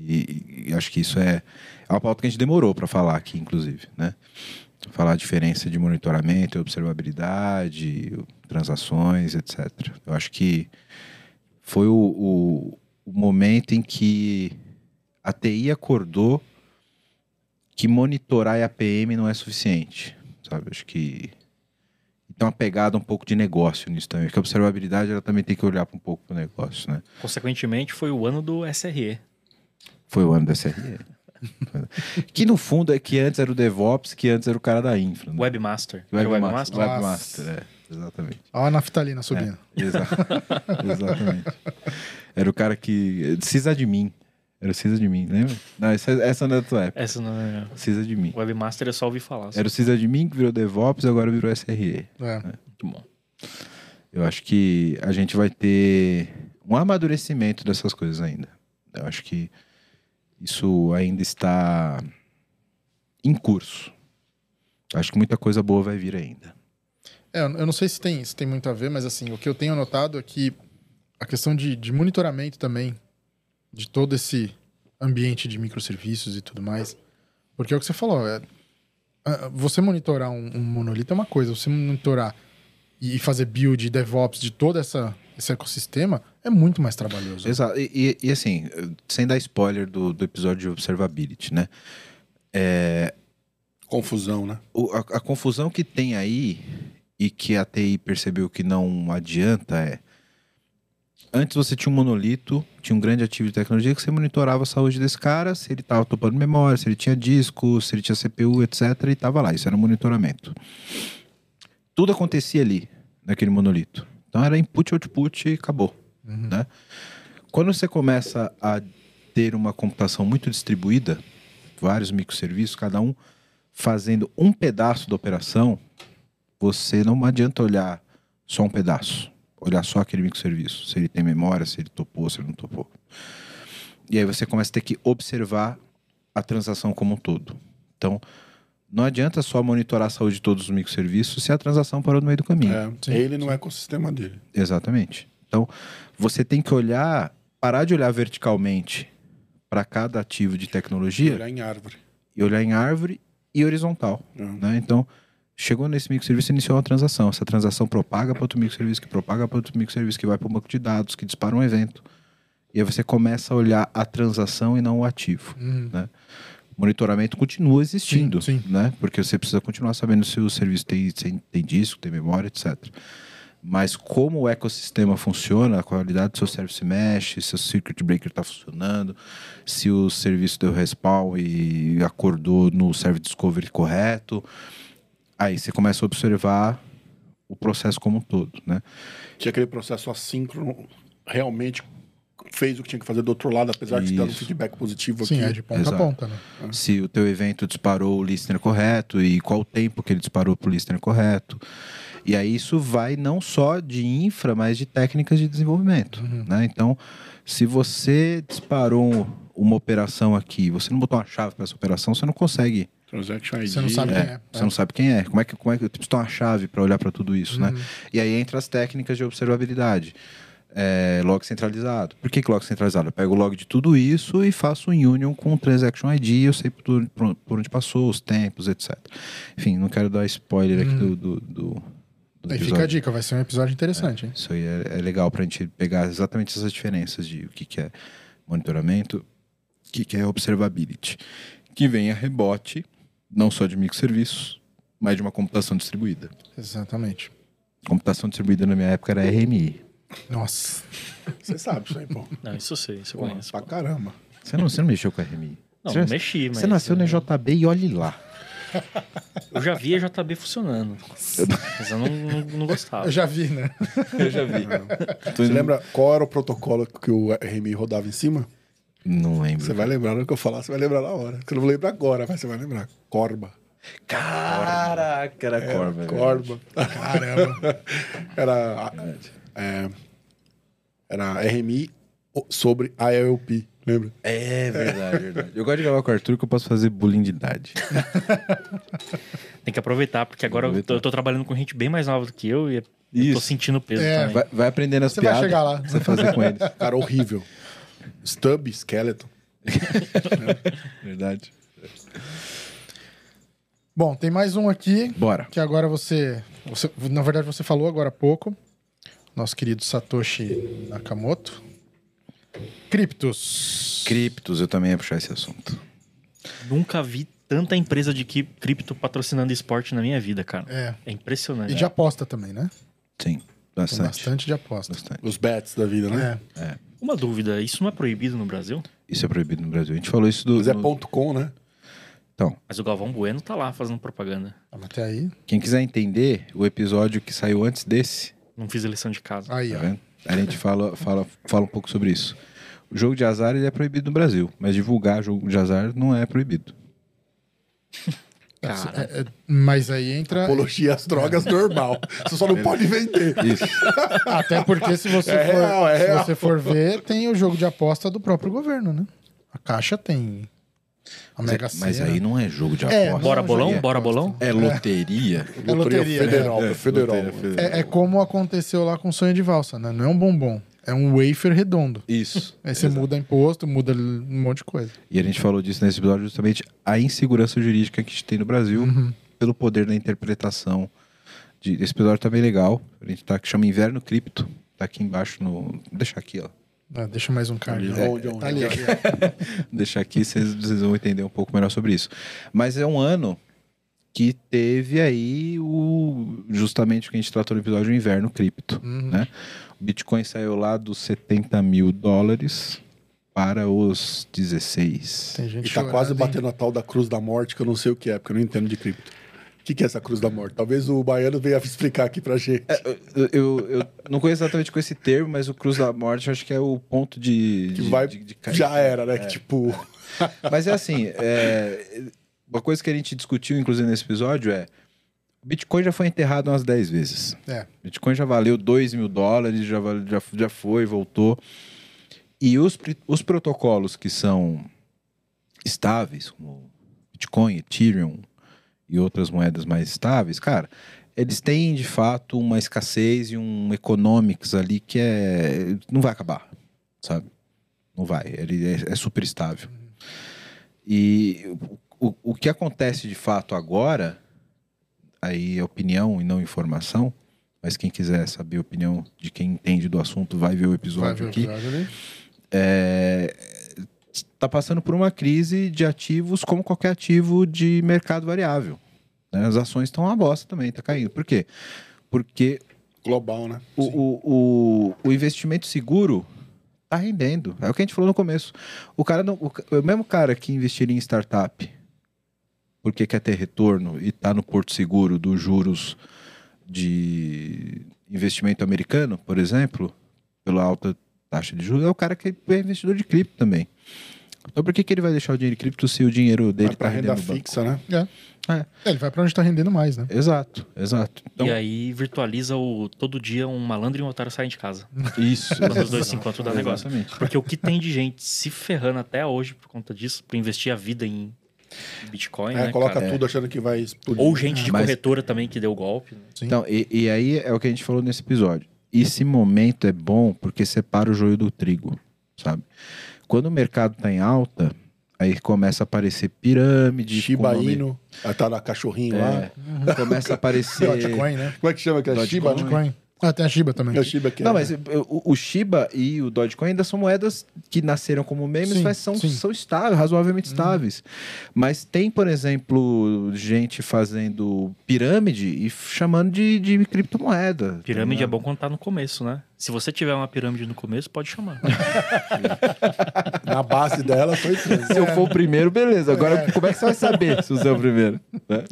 S1: E, e acho que isso é, é uma pauta que a gente demorou para falar aqui, inclusive, né? Falar a diferença de monitoramento e observabilidade, transações, etc. Eu acho que foi o, o- o momento em que a TI acordou que monitorar a PM não é suficiente, sabe? Acho que tem uma pegada um pouco de negócio nisso também, que a observabilidade ela também tem que olhar um pouco para o negócio, né?
S2: Consequentemente, foi o ano do SRE.
S1: Foi o ano da SRE. que no fundo é que antes era o DevOps, que antes era o cara da infra. Né?
S2: Webmaster. Era o
S1: Webmaster.
S4: Webmaster?
S1: Webmaster, é. Exatamente.
S4: Olha a naftalina subindo.
S1: Exa- Exatamente. Era o cara que. Cisa de mim. Era o Cisa de mim, lembra? Não, essa, essa não é da tua época.
S2: Essa não é...
S1: Cisa de mim.
S2: Webmaster eu só ouvi falar. só.
S1: Era o Cisa de mim que virou DevOps, agora virou SRE.
S4: É.
S2: Muito bom.
S1: Eu acho que a gente vai ter um amadurecimento dessas coisas ainda. Eu acho que isso ainda está em curso. Eu acho que muita coisa boa vai vir ainda.
S4: É, eu eu não sei se tem, se tem muito a ver, mas assim, o que eu tenho notado é que a questão de, de monitoramento também, de todo esse ambiente de microserviços e tudo mais, porque é o que você falou, é, ah, você monitorar um, um monolito é uma coisa, você monitorar e e fazer build, DevOps de todo essa, esse ecossistema é muito mais trabalhoso.
S1: Exato. E, e- e, assim, sem dar spoiler do, do episódio de Observability, né?
S3: Confusão, né?
S1: O- a, a confusão que tem aí e que a TI percebeu que não adianta é. Antes você tinha um monolito, tinha um grande ativo de tecnologia que você monitorava a saúde desse cara, se ele estava topando memória, se ele tinha disco, se ele tinha CPU, etc. E estava lá. Isso era um monitoramento. Tudo acontecia ali, naquele monolito. Então era input, output e acabou. Né? Quando você começa a ter uma computação muito distribuída, vários microserviços, cada um fazendo um pedaço da operação, você não adianta olhar só um pedaço, olhar só aquele microserviço, se ele tem memória, se ele topou, se ele não topou. E aí você começa a ter que observar a transação como um todo. Então, não adianta só monitorar a saúde de todos os microserviços se a transação parou no meio do caminho.
S3: É, ele no ecossistema dele.
S1: Exatamente. Então, você tem que olhar, parar de olhar verticalmente para cada ativo de
S4: É.
S1: tecnologia
S3: Olhar é em árvore.
S1: e olhar em árvore e horizontal.
S3: Uhum.
S1: Né? Então, chegou nesse microserviço e iniciou uma transação. Essa transação propaga para outro microserviço, que propaga para outro microserviço, que vai para um banco de dados, que dispara um evento. E aí você começa a olhar a transação e não o ativo.
S4: Uhum.
S1: Né? O monitoramento continua existindo,
S4: Sim, sim.
S1: né? Porque você precisa continuar sabendo se o serviço tem, tem, tem disco, tem memória, etc. Mas como o ecossistema funciona, a qualidade do seu service mesh, se o circuit breaker está funcionando, se o serviço deu respawn e acordou no service discovery correto, aí você começa a observar o processo como um todo, né?
S3: Se aquele processo assíncrono realmente fez o que tinha que fazer do outro lado, apesar de ter dado um
S1: Isso.
S3: feedback positivo
S4: Sim,
S3: aqui.
S4: é de ponta
S1: Exato.
S4: a ponta, né?
S1: se o teu evento disparou o listener correto e qual o tempo que ele disparou para o listener correto. E aí isso vai não só de infra, mas de técnicas de desenvolvimento. Né? Então, se você disparou um- uma operação aqui, você não botou uma chave para essa operação, você não consegue.
S3: Transaction ID.
S4: Você não sabe quem é.
S1: Você não sabe quem é. Como é que, como é que eu preciso ter uma chave para olhar para tudo isso,
S4: Uhum.
S1: né? E aí entra as técnicas de observabilidade. É, log centralizado. Por que, que log centralizado? Eu pego o log de tudo isso e faço um union com o transaction ID, eu sei por, tudo- por- por onde passou, os tempos, etc. Enfim, não quero dar spoiler aqui do, do, do- do
S4: Uhum. Aí fica a
S1: episódio.
S4: dica, vai ser um episódio interessante, hein?
S1: Isso aí é, é legal para a gente pegar exatamente essas diferenças de o que, que é monitoramento, o que, que é observability, que vem a rebote não só de microserviços, mas de uma computação distribuída.
S4: Exatamente.
S1: Computação distribuída na minha época era RMI.
S4: Nossa.
S3: Você sabe isso aí, pô.
S2: Não, isso eu sei, isso eu
S3: Pô,
S2: conheço.
S3: pra
S2: pô.
S3: caramba.
S1: Você não, você não mexeu com RMI?
S2: Não,
S1: você,
S2: não mexi, mas...
S1: Você nasceu na EJB e olhe lá.
S2: Eu já vi a JB funcionando. Mas eu não, não, não gostava.
S4: Eu já vi, né?
S1: Eu já vi.
S3: Você lembra qual era o protocolo que o RMI rodava em cima?
S1: Não lembro.
S3: Você vai lembrar no que eu falar, você vai lembrar na hora. Você não lembra agora, mas você vai lembrar. Corba.
S1: Caraca, era
S4: É,
S1: Corba.
S3: Corba. Caramba. era. é, era RMI sobre ILP, lembra?
S1: É verdade, verdade. Eu gosto de gravar com o Arthur que eu posso fazer bullying de idade.
S2: Tem que aproveitar, porque agora eu tô,
S1: Aproveitar.
S2: eu tô trabalhando com gente bem mais nova do que eu e eu
S1: Isso.
S2: tô sentindo o peso
S4: É,
S2: também.
S1: Vai, vai aprendendo as
S4: Você vai
S1: piadas.
S4: chegar lá.
S1: pra Você fazer com eles.
S3: Cara, horrível. Stub, Skeleton.
S1: Verdade.
S4: Bom, tem mais um aqui,
S1: Bora.
S4: que agora você, você- Na verdade, você falou agora há pouco. Nosso querido Satoshi Nakamoto. Criptos.
S1: Criptos, eu também ia puxar esse assunto.
S2: Nunca vi tanta empresa de cri- cripto patrocinando esporte na minha vida, cara.
S4: É.
S2: É impressionante.
S4: E de aposta também, né?
S1: Sim,
S4: Tem
S1: bastante.
S4: bastante de aposta.
S1: Bastante.
S3: Os bets da vida, né?
S4: É.
S2: Uma dúvida, isso não é proibido no Brasil?
S1: Isso é proibido no Brasil. A gente falou isso do.
S3: Mas é
S1: no-
S3: ponto .com, né?
S1: Então,
S2: Mas o Galvão Bueno tá lá fazendo propaganda.
S4: Vamos Até aí.
S1: quem quiser entender o episódio que saiu antes desse,
S2: Não fiz a lição de casa.
S4: Aí,
S1: tá
S4: ó.
S1: vendo? A gente fala, fala, fala um pouco sobre isso. O jogo de azar ele é proibido no Brasil, mas divulgar jogo de azar não é proibido.
S2: Cara,
S4: É, é, mas aí entra.
S3: Apologia às drogas normal. Você só
S4: É.
S3: não pode vender.
S1: Isso.
S4: Até porque se você,
S3: É
S4: for,
S3: real, é
S4: se
S3: real.
S4: você for ver, tem o jogo de aposta do próprio governo, né? A Caixa tem. A Mega
S1: mas,
S4: Sena.
S1: mas aí não é jogo de
S4: Tá É,
S1: aposta.
S4: não,
S2: bora
S4: eu
S2: bolão?
S4: joguei.
S2: Bora bolão?
S1: É loteria.
S4: É loteria,
S3: federal,
S1: É,
S3: federal.
S1: loteria federal.
S4: É, é como aconteceu lá com o sonho de valsa, né? Não é um bombom. É um wafer redondo.
S1: Isso.
S4: Aí você muda imposto, muda um monte de coisa.
S1: E a gente falou disso nesse episódio justamente a insegurança jurídica que a gente tem no Brasil pelo poder da interpretação. De... Esse episódio tá bem legal. A gente tá que chama Inverno Cripto. Tá aqui embaixo no. Vou deixar aqui, ó.
S4: Ah, deixa mais um card.
S1: É.
S3: Onde, onde, onde?
S4: Tá ali, ó.
S1: Vou deixar aqui, vocês, vocês vão entender um pouco melhor sobre isso. Mas é um ano que teve aí o justamente o que a gente tratou no episódio o Inverno Cripto.
S4: Uhum.
S1: Né? O Bitcoin saiu lá dos 70 mil dólares para os 16.
S4: Tem gente
S3: E tá
S4: chorando,
S3: quase
S4: hein?
S3: batendo a tal da Cruz da Morte, que eu não sei o que é, porque eu não entendo de cripto. O que, que é essa Cruz da Morte? Talvez o baiano venha explicar aqui pra gente.
S4: É,
S1: Eu, eu- eu não conheço exatamente com esse termo, mas o Cruz da Morte eu acho que é o ponto de.
S3: que
S1: de-
S3: vai.
S1: de- de ca-
S4: é,
S3: já era, né? Que tipo.
S1: Mas é assim, é, uma coisa que a gente discutiu, inclusive, nesse episódio é. o Bitcoin já foi enterrado umas 10 vezes.
S4: É.
S1: Bitcoin já valeu 2 mil dólares, já, vale- já, já foi, voltou. E os, pri- os protocolos que são estáveis, como Bitcoin, Ethereum e outras moedas mais estáveis, cara, eles têm de fato uma escassez e um economics ali que é. não vai acabar, sabe? Não vai. Ele é, é super estável. E o, o, o que acontece de fato agora, aí é opinião e não informação, mas quem quiser saber a opinião de quem entende do assunto vai ver o
S4: Vai
S1: episódio
S4: ver o
S1: aqui
S4: episódio ali.
S1: está É, tá passando por uma crise de ativos como qualquer ativo de mercado variável. né? As ações estão uma bosta também, está caindo. Por quê? Porque
S3: Global, né?
S1: o, o, o, o investimento seguro está rendendo. É o que a gente falou no começo. O, cara não, o, ca- o mesmo cara que investiria em startup porque quer ter retorno e está no porto seguro dos juros de investimento americano, por exemplo, pela alta taxa de juros, é o cara que é investidor de cripto também. Então por que, que ele vai deixar o dinheiro em cripto se o dinheiro dele
S3: Vai
S1: está
S3: pra renda
S1: rendendo no banco?
S3: fixa, né?
S4: É, ele vai pra onde tá rendendo mais, né?
S1: Exato, exato. Então,
S2: E aí virtualiza o todo dia um malandro e um otário saem de casa.
S1: isso.
S2: Quando os dois se encontram dá um negócio.
S1: Exatamente.
S2: Porque o que tem de gente se ferrando até hoje por conta disso, por investir a vida em Bitcoin,
S3: É,
S2: né,
S3: coloca
S2: cara?
S3: tudo achando que vai explodir.
S2: Ou gente de
S1: Mas-
S2: corretora também que deu golpe. né?
S4: Sim.
S1: Então, e, e aí é o que a gente falou nesse episódio. Esse momento é bom porque separa o joio do trigo, sabe? Quando o mercado tá em alta, aí começa a aparecer pirâmide, com
S3: Shiba
S1: nome-
S3: Inu, ah, tá na cachorrinho lá.
S1: é, começa a aparecer.
S4: Dogecoin, né?
S3: Como é que chama aquela
S1: Dogecoin.
S3: Shiba? né?
S4: Dogecoin. Ah, tem a Shiba também.
S3: É o Shiba que
S1: Não,
S3: é-
S1: mas eh, o, o Shiba e o Dogecoin ainda são moedas que nasceram como memes,
S4: Sim,
S1: mas são,
S4: sim.
S1: são estáveis, razoavelmente estáveis. Mas tem, por exemplo, gente fazendo pirâmide e chamando de, de criptomoeda. tá
S2: Pirâmide é
S1: ligado?
S2: bom quando tá no começo, né? Se você tiver uma pirâmide no começo, pode chamar.
S3: na base dela foi isso.
S1: Se eu for o primeiro, beleza. Agora, como é que você vai saber se você é o primeiro? né?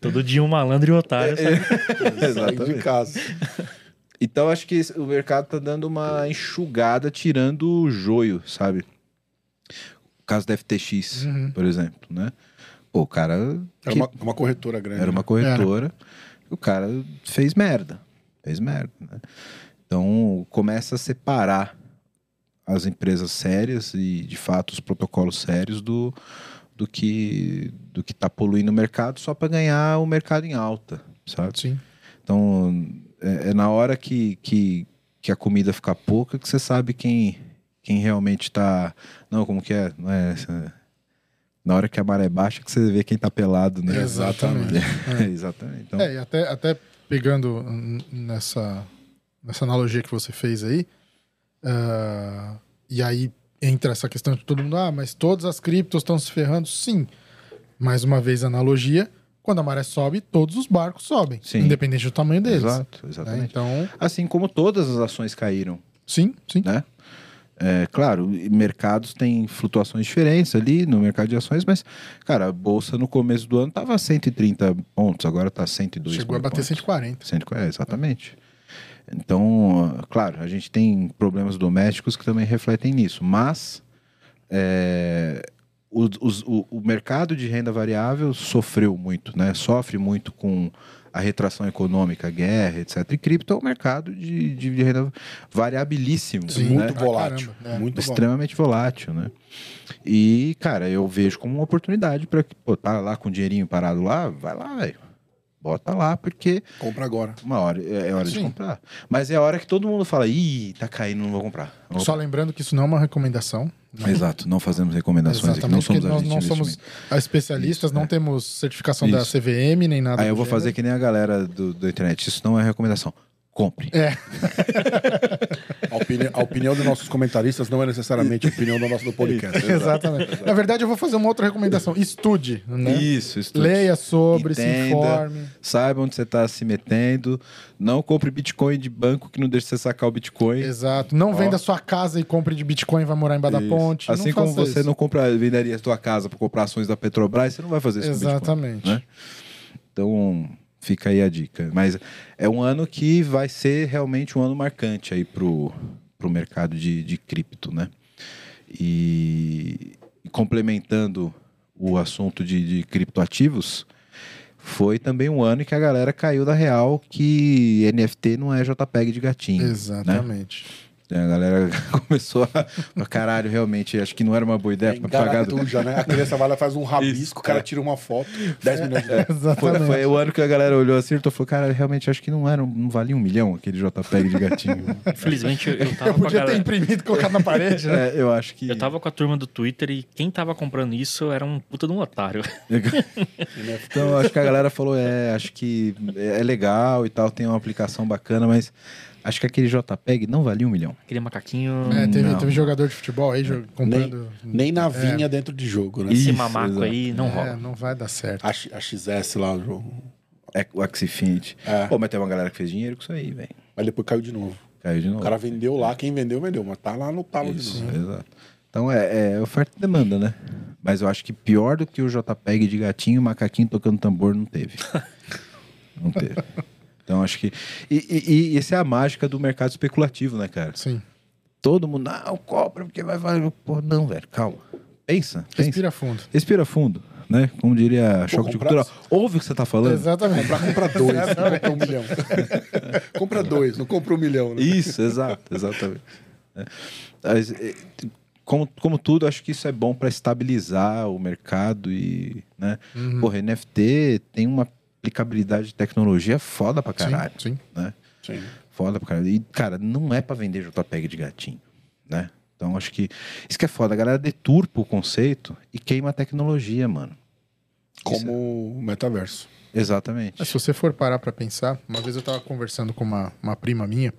S2: todo dia um malandro e um otário. sabe?
S3: Saí de casa.
S1: Então, acho que esse- o mercado tá dando uma enxugada, tirando o joio, sabe? O caso da FTX,
S4: Uhum.
S1: por exemplo, né? Pô, o cara que-
S3: Era uma, uma corretora grande.
S1: era uma corretora, e o cara fez merda. Fez merda, né? Então, começa a separar as empresas sérias e, de fato, os protocolos sérios do, do que do que tá poluindo o mercado só para ganhar o mercado em alta, sabe?
S4: Sim.
S1: Então, é, é na hora que, que, que a comida ficar pouca que você sabe quem, quem realmente tá. Não, como que é? Não é. essa- na hora que a maré baixa que você vê quem tá pelado, né?
S4: Exatamente.
S1: É, Exatamente. Então,
S4: É, e até, até pegando hum, nessa, nessa analogia que você fez aí, ah, e aí entra essa questão de todo mundo, ah, mas todas as criptos estão se ferrando? Sim. Mais uma vez, analogia, quando a maré sobe, todos os barcos sobem,
S1: Sim.
S4: independente do tamanho deles.
S1: exato,
S4: né?
S1: exatamente.
S4: Então,
S1: Assim como todas as ações caíram,
S4: sim, sim.
S1: né? É, claro, e mercados têm flutuações diferentes ali no mercado de ações, mas, cara, a bolsa no começo do ano tava 130 pontos, agora tá 102
S4: Chegou a
S1: mil
S4: bater
S1: pontos.
S4: 140.
S1: 140, é, exatamente. Então, ah, claro, a gente tem problemas domésticos que também refletem nisso, mas é, os- os- o, o mercado de renda variável sofreu muito, né? Sofre muito com a retração econômica, a guerra, etc. E cripto é um mercado de, de, de renda variabilíssimo, né?
S4: Sim, pra
S3: muito volátil.
S4: caramba, né?
S3: Muito volátil.
S1: extremamente volátil, né? E, cara, eu vejo como uma oportunidade para que, pô, tá lá com o dinheirinho parado lá, vai lá, velho. Bota lá, porque
S3: Compra agora.
S1: uma hora, é é hora de
S4: Sim.
S1: comprar. Mas é a hora que todo mundo fala, ih, tá caindo, não vou comprar. Não vou
S4: Só lembrando que isso não é uma recomendação.
S1: comprar." Exato, não fazemos recomendações aqui, não
S4: Exatamente, porque
S1: somos
S4: nós
S1: agentes
S4: não
S1: de
S4: somos
S1: investimento.
S4: especialistas,
S1: Isso,
S4: não
S1: é.
S4: temos certificação da
S1: Isso.
S4: CVM, nem nada
S1: Aí eu
S4: do
S1: vou
S4: gênero.
S1: fazer que nem a galera do, da internet, isso não é recomendação. Compre.
S4: É,
S3: A opini- a opinião dos nossos comentaristas não é necessariamente a opinião do nosso do podcast.
S4: Exatamente. Na verdade, eu vou fazer uma outra recomendação. Estude, né?
S1: Isso, isso.
S4: Leia sobre,
S1: Entenda.
S4: se informe.
S1: Saiba onde você tá se metendo. Não compre Bitcoin de banco que não deixa você sacar o Bitcoin.
S4: Exato. Não
S1: Ó.
S4: venda sua casa e compre de Bitcoin, vai morar embaixo da
S1: Isso.
S4: ponte.
S1: Assim
S4: não
S1: como
S4: faça
S1: você
S4: isso.
S1: não compra, venderia a sua casa para comprar ações da Petrobras, você não vai fazer isso com Bitcoin.
S4: Exatamente.
S1: né? Então, fica aí a dica. Mas é um ano que vai ser realmente um ano marcante aí pro, pro mercado de, de cripto, né? E, e complementando o assunto de, de criptoativos, foi também um ano em que a galera caiu da real que NFT não é JPEG de gatinho.
S4: Exatamente.
S1: A galera começou a. "Ah, Caralho, realmente, acho que não era uma boa
S3: É
S1: ideia. É, pra pagar do-
S3: Engaracuja, né? A criança vai lá, faz um rabisco,
S1: Isso,
S3: o cara
S1: é.
S3: tira uma foto, 10 milhões de dólares.
S1: Foi,
S4: Exatamente.
S1: foi o ano que a galera olhou assim e falou: Cara, realmente acho que não era, não valia um milhão aquele JPEG de gatinho.
S2: Infelizmente, eu, eu tava
S4: Eu
S2: com a
S4: podia ter
S2: galera...
S4: imprimido e colocado na parede, né?
S1: É, eu acho que.
S2: Eu tava com a turma do Twitter e quem tava comprando isso era um puta de um otário.
S1: Então acho que a galera falou: É, acho que é legal e tal, tem uma aplicação bacana, mas acho que aquele JPEG não valia um milhão.
S2: Aquele macaquinho
S4: É, teve,
S1: Não.
S4: teve jogador de futebol aí jo- comprando.
S3: Nem navinha dentro de jogo, né?
S2: esse
S1: Isso,
S2: mamaco
S1: exato.
S2: aí não
S4: É,
S2: rola.
S4: não vai dar certo.
S3: A, X- a XS lá, o jogo.
S1: É o Axifinity.
S3: É.
S1: Pô, mas tem uma galera que fez dinheiro com isso aí, velho.
S3: Mas depois caiu de novo.
S1: Caiu de novo.
S3: O cara vendeu lá, quem vendeu, vendeu. Mas tá lá no talo de
S1: Isso,
S3: novo.
S1: É, exato. Então é, é oferta e demanda, né? Mas eu acho que pior do que o JPEG de gatinho, macaquinho tocando tambor, não teve. não teve. Então acho que. E, e- e essa é a mágica do mercado especulativo, né, cara?
S4: Sim.
S1: Todo mundo, ah, cobra, porque vai. vai. Pô, não, velho, calma. Pensa, pensa.
S4: Respira fundo.
S1: Respira fundo, né? Como diria Choque de
S3: comprar-
S1: Cultura. Ouve o que você tá falando.
S4: Exatamente.
S3: Pra comprar dois, não compra um milhão. compra dois, não compra um milhão. Né?
S1: Isso, exato, exatamente. É. Mas, é, t- como, como tudo, acho que isso é bom para estabilizar o mercado e, né? Porra, NFT tem uma aplicabilidade de tecnologia foda pra caralho,
S4: Sim, sim.
S1: né?
S3: Sim.
S1: Foda pra caralho. E, cara, não é pra vender JPEG de gatinho, né? Então, acho que isso que é foda. A galera deturpa o conceito e queima a tecnologia, mano.
S3: Como o é metaverso.
S1: Exatamente.
S4: Mas É, se você for parar pra pensar, uma vez eu tava conversando com uma, uma prima minha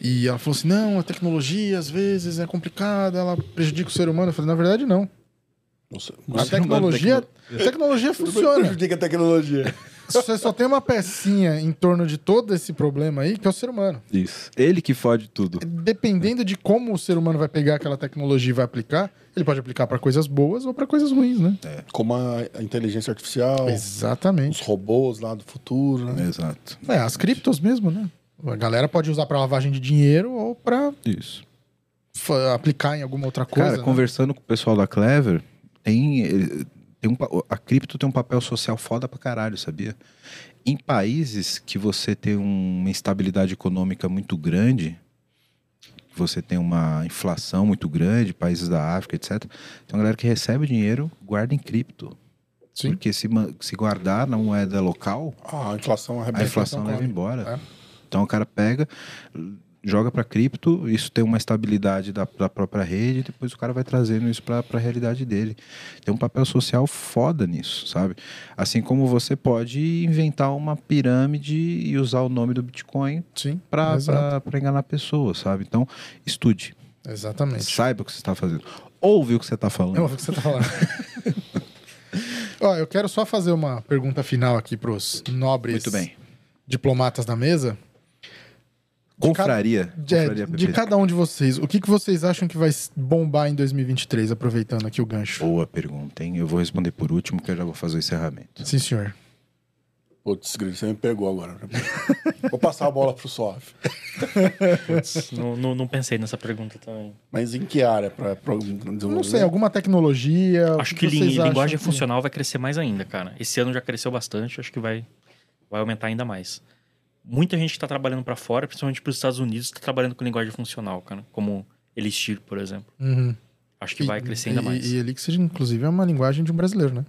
S4: e ela falou assim: não, a tecnologia às vezes é complicada, ela prejudica o ser humano. Eu falei: na verdade, não.
S3: Nossa,
S4: A tecnologia, tecnologia funciona.
S3: prejudica a tecnologia.
S4: Você só tem uma pecinha em torno de todo esse problema aí, que é o ser humano.
S1: Isso. Ele que fode tudo.
S4: Dependendo de como o ser humano vai pegar aquela tecnologia e vai aplicar, ele pode aplicar pra coisas boas ou pra coisas ruins, né?
S3: Como a inteligência
S1: É.
S3: artificial, os
S4: Exatamente.
S3: robôs lá do futuro, né?
S1: Exato.
S4: É, as criptos mesmo, né? A galera pode usar pra lavagem de dinheiro ou pra
S1: Isso.
S4: fa- aplicar em alguma outra coisa.
S1: Cara,
S4: né?
S1: conversando com o pessoal da Clever, tem, eh, tem um, pa- a cripto tem um papel social foda pra caralho, sabia? Em países que você tem um- uma instabilidade econômica muito grande, que você tem uma inflação muito grande, países da África, etc. Tem uma galera que recebe o dinheiro, guarda em cripto.
S4: Sim.
S1: Porque se, ma- se guardar na moeda local,
S3: Ah, a inflação
S1: a
S3: arrebenta.
S4: então
S1: inflação
S4: inflação
S1: leva
S4: come.
S1: embora.
S4: É.
S1: Então o cara pega, joga para cripto, isso tem uma estabilidade da, da própria rede, depois o cara vai trazendo isso para a realidade dele. Tem um papel social foda nisso, sabe? Assim como você pode inventar uma pirâmide e usar o nome do Bitcoin
S4: Sim,
S1: para
S4: Exato.
S1: enganar pessoas, sabe? Então, estude,
S4: exatamente.
S1: saiba o que você está fazendo, ouve o que você está falando.
S4: Eu ouvi o que você tá falando. Ó, eu quero só fazer uma pergunta final aqui pros nobres
S1: Muito bem.
S4: diplomatas da mesa.
S1: Confraria.
S4: De,
S1: confraria
S4: de
S1: PP.
S4: cada um de vocês, o que, que vocês acham que vai s- bombar em 2023, aproveitando aqui o gancho?
S1: Boa pergunta, hein? Eu vou responder por último, que eu já vou fazer o encerramento.
S4: Sim, senhor.
S3: Putz, Grilo, você me pegou agora. Vou passar a bola pro Sof.
S2: Putz, não, não- não pensei nessa pergunta também.
S4: Então,
S3: Mas em que área? Pra, pra
S4: Não sei, alguma tecnologia. o
S2: acho que,
S4: que
S2: lin-
S4: vocês acham
S2: linguagem
S4: que-
S2: funcional vai crescer mais ainda, cara. Esse ano já cresceu bastante, acho que vai, vai aumentar ainda mais. Muita gente que tá trabalhando para fora, principalmente para os Estados Unidos, tá trabalhando com linguagem funcional, cara. Como Elixir, por exemplo.
S4: Uhum.
S2: Acho que vai crescer ainda
S4: e,
S2: mais.
S4: E Elixir, inclusive, é uma linguagem de um brasileiro, né?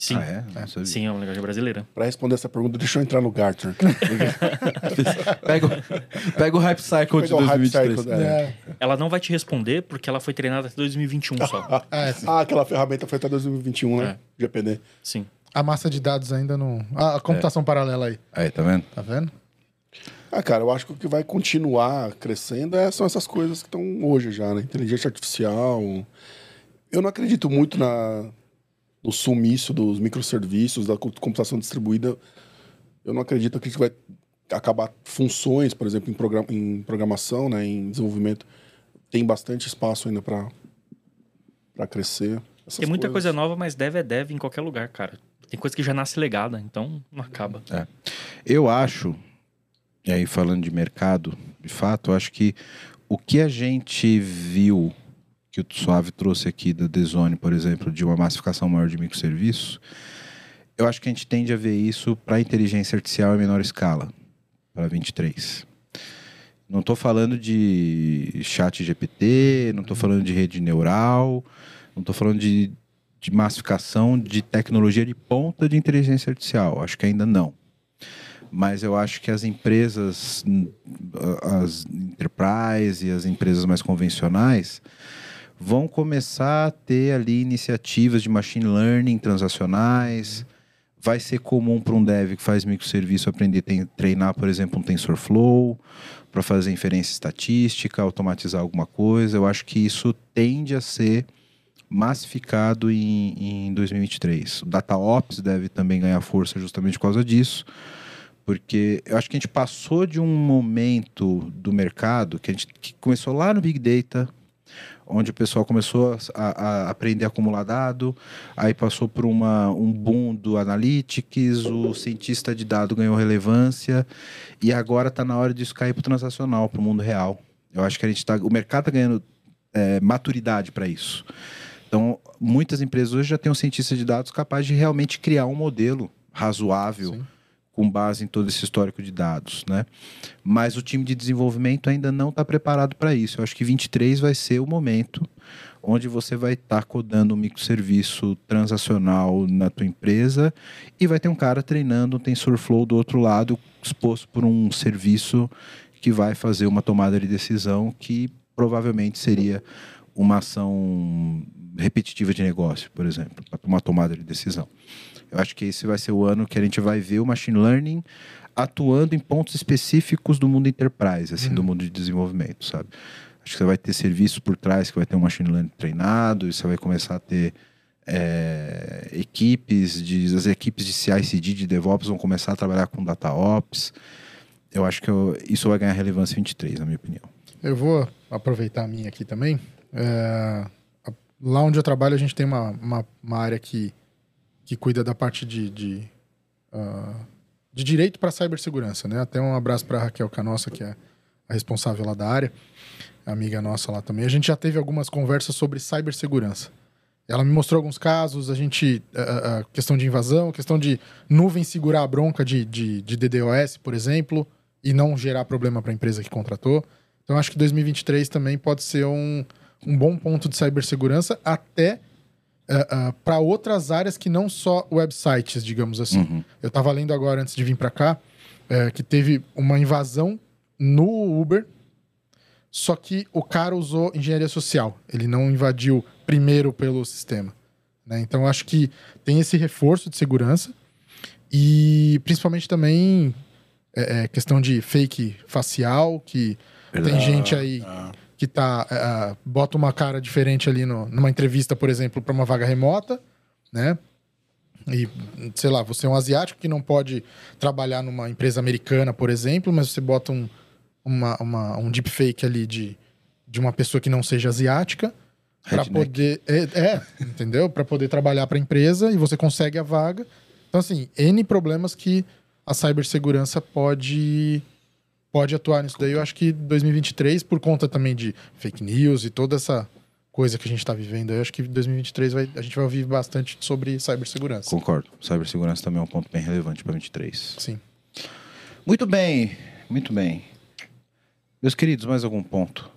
S2: Sim.
S1: Ah, é? Não sabia.
S2: Sim, é uma linguagem brasileira.
S3: Pra responder essa pergunta, deixa eu entrar no Gartner.
S1: Pega, o- pega o Hype Cycle de
S3: Pegar o hype
S1: 2023.
S3: cycle, né?
S4: É.
S2: Ela não vai te responder porque ela foi treinada até 2021 só.
S4: Ah, é, sim. É.
S3: Ah, aquela ferramenta foi até 2021, né? GPD.
S2: Sim.
S4: A massa de dados ainda não. Ah, a
S2: É.
S4: computação paralela aí.
S1: Aí, tá vendo?
S4: Tá vendo?
S3: Ah, cara, eu acho que o que vai continuar crescendo é- são essas coisas que estão hoje já, né? Inteligência artificial. Eu não acredito muito na, no sumício dos microserviços, da co- computação distribuída. Eu não acredito, eu acredito que vai acabar funções, por exemplo, em, progra- em programação, né? em desenvolvimento. Tem bastante espaço ainda para crescer. Essas
S2: Tem muita
S3: coisas.
S2: coisa nova, mas deve é deve em qualquer lugar, cara. Tem coisa que já nasce legada, então não acaba.
S1: Eu acho, e aí falando de mercado, de fato, eu acho que o que a gente viu que o Suave trouxe aqui da Desone, por exemplo, de uma massificação maior de microserviços, eu acho que a gente tende a ver isso para inteligência artificial em menor escala, para 23. Não estou falando de chat GPT, não estou falando de rede neural, não estou falando de, de massificação de tecnologia de ponta de inteligência artificial. Acho que ainda não mas eu acho que as empresas, n- as enterprise e as empresas mais convencionais vão começar a ter ali iniciativas de machine learning transacionais. Vai ser comum para um dev que faz microserviço aprender a ten- treinar, por exemplo, um TensorFlow para fazer inferência estatística, automatizar alguma coisa. Eu acho que isso tende a ser massificado em, em 2023. O DataOps deve também ganhar força justamente por causa disso porque eu acho que a gente passou de um momento do mercado que a gente que começou lá no Big Data, onde o pessoal começou a, a aprender a acumular dado, aí passou por uma, um boom do analytics, o cientista de dado ganhou relevância, e agora está na hora disso cair para o transacional, para o mundo real. Eu acho que a gente tá, o mercado está ganhando é, maturidade para isso. Então, muitas empresas hoje já têm um cientista de dados capaz de realmente criar um modelo razoável
S4: Sim.
S1: com base em todo esse histórico de dados, né? Mas o time de desenvolvimento ainda não está preparado para isso. Eu acho que 23 vai ser o momento onde você vai estar codando um microserviço transacional na tua empresa e vai ter um cara treinando um TensorFlow do outro lado, exposto por um serviço que vai fazer uma tomada de decisão que provavelmente seria uma ação repetitiva de negócio, por exemplo, para uma tomada de decisão. Eu acho que esse vai ser o ano que a gente vai ver o machine learning atuando em pontos específicos do mundo enterprise, assim, do mundo de desenvolvimento, sabe? Acho que você vai ter serviço por trás que vai ter um machine learning treinado, e você vai começar a ter é, equipes, de, as equipes de CI/CD, de DevOps vão começar a trabalhar com DataOps. Eu acho que eu- isso vai ganhar relevância em 23, na minha opinião.
S4: Eu vou aproveitar a minha aqui também. É, a- lá onde eu trabalho, a gente tem uma, uma, uma área que, que cuida da parte de, de, ah, de direito para cibersegurança, né? Até um abraço para Raquel Canossa, que é a responsável lá da área, amiga nossa lá também. A gente já teve algumas conversas sobre cibersegurança. Ela me mostrou alguns casos, a gente. ah, ah, questão de invasão, questão de nuvem segurar a bronca de, de, de DDoS, por exemplo, e não gerar problema para a empresa que contratou. Então acho que 2023 também pode ser um, um bom ponto de cibersegurança, até para outras áreas que não só websites, digamos assim.
S1: Uhum.
S4: Eu estava é, lendo agora, antes de vir para cá, eh, que teve uma invasão no Uber Só que o cara usou engenharia social. Ele não invadiu primeiro pelo sistema. né? Então acho que tem esse reforço de segurança e principalmente também é, é, questão de fake facial, que tem gente aí que tá é, é, bota uma cara diferente ali no- numa entrevista, por exemplo, para uma vaga remota, né? E sei lá, você é um asiático que não pode trabalhar numa empresa americana, por exemplo, mas você bota um uma, uma- um deepfake ali de, de uma pessoa que não seja asiática para
S1: Redneck.
S4: poder é, é, entendeu? Para poder trabalhar para a empresa e você consegue a vaga. Então assim, N problemas que a cibersegurança pode pode atuar nisso daí. Eu acho que 2023, por conta também de fake news e toda essa coisa que a gente está vivendo, eu acho que 2023 vai, a gente vai ouvir bastante sobre cibersegurança.
S1: Concordo. Cibersegurança também é um ponto bem relevante para 23.
S4: Sim.
S1: Muito bem, muito bem. Meus queridos, mais algum ponto?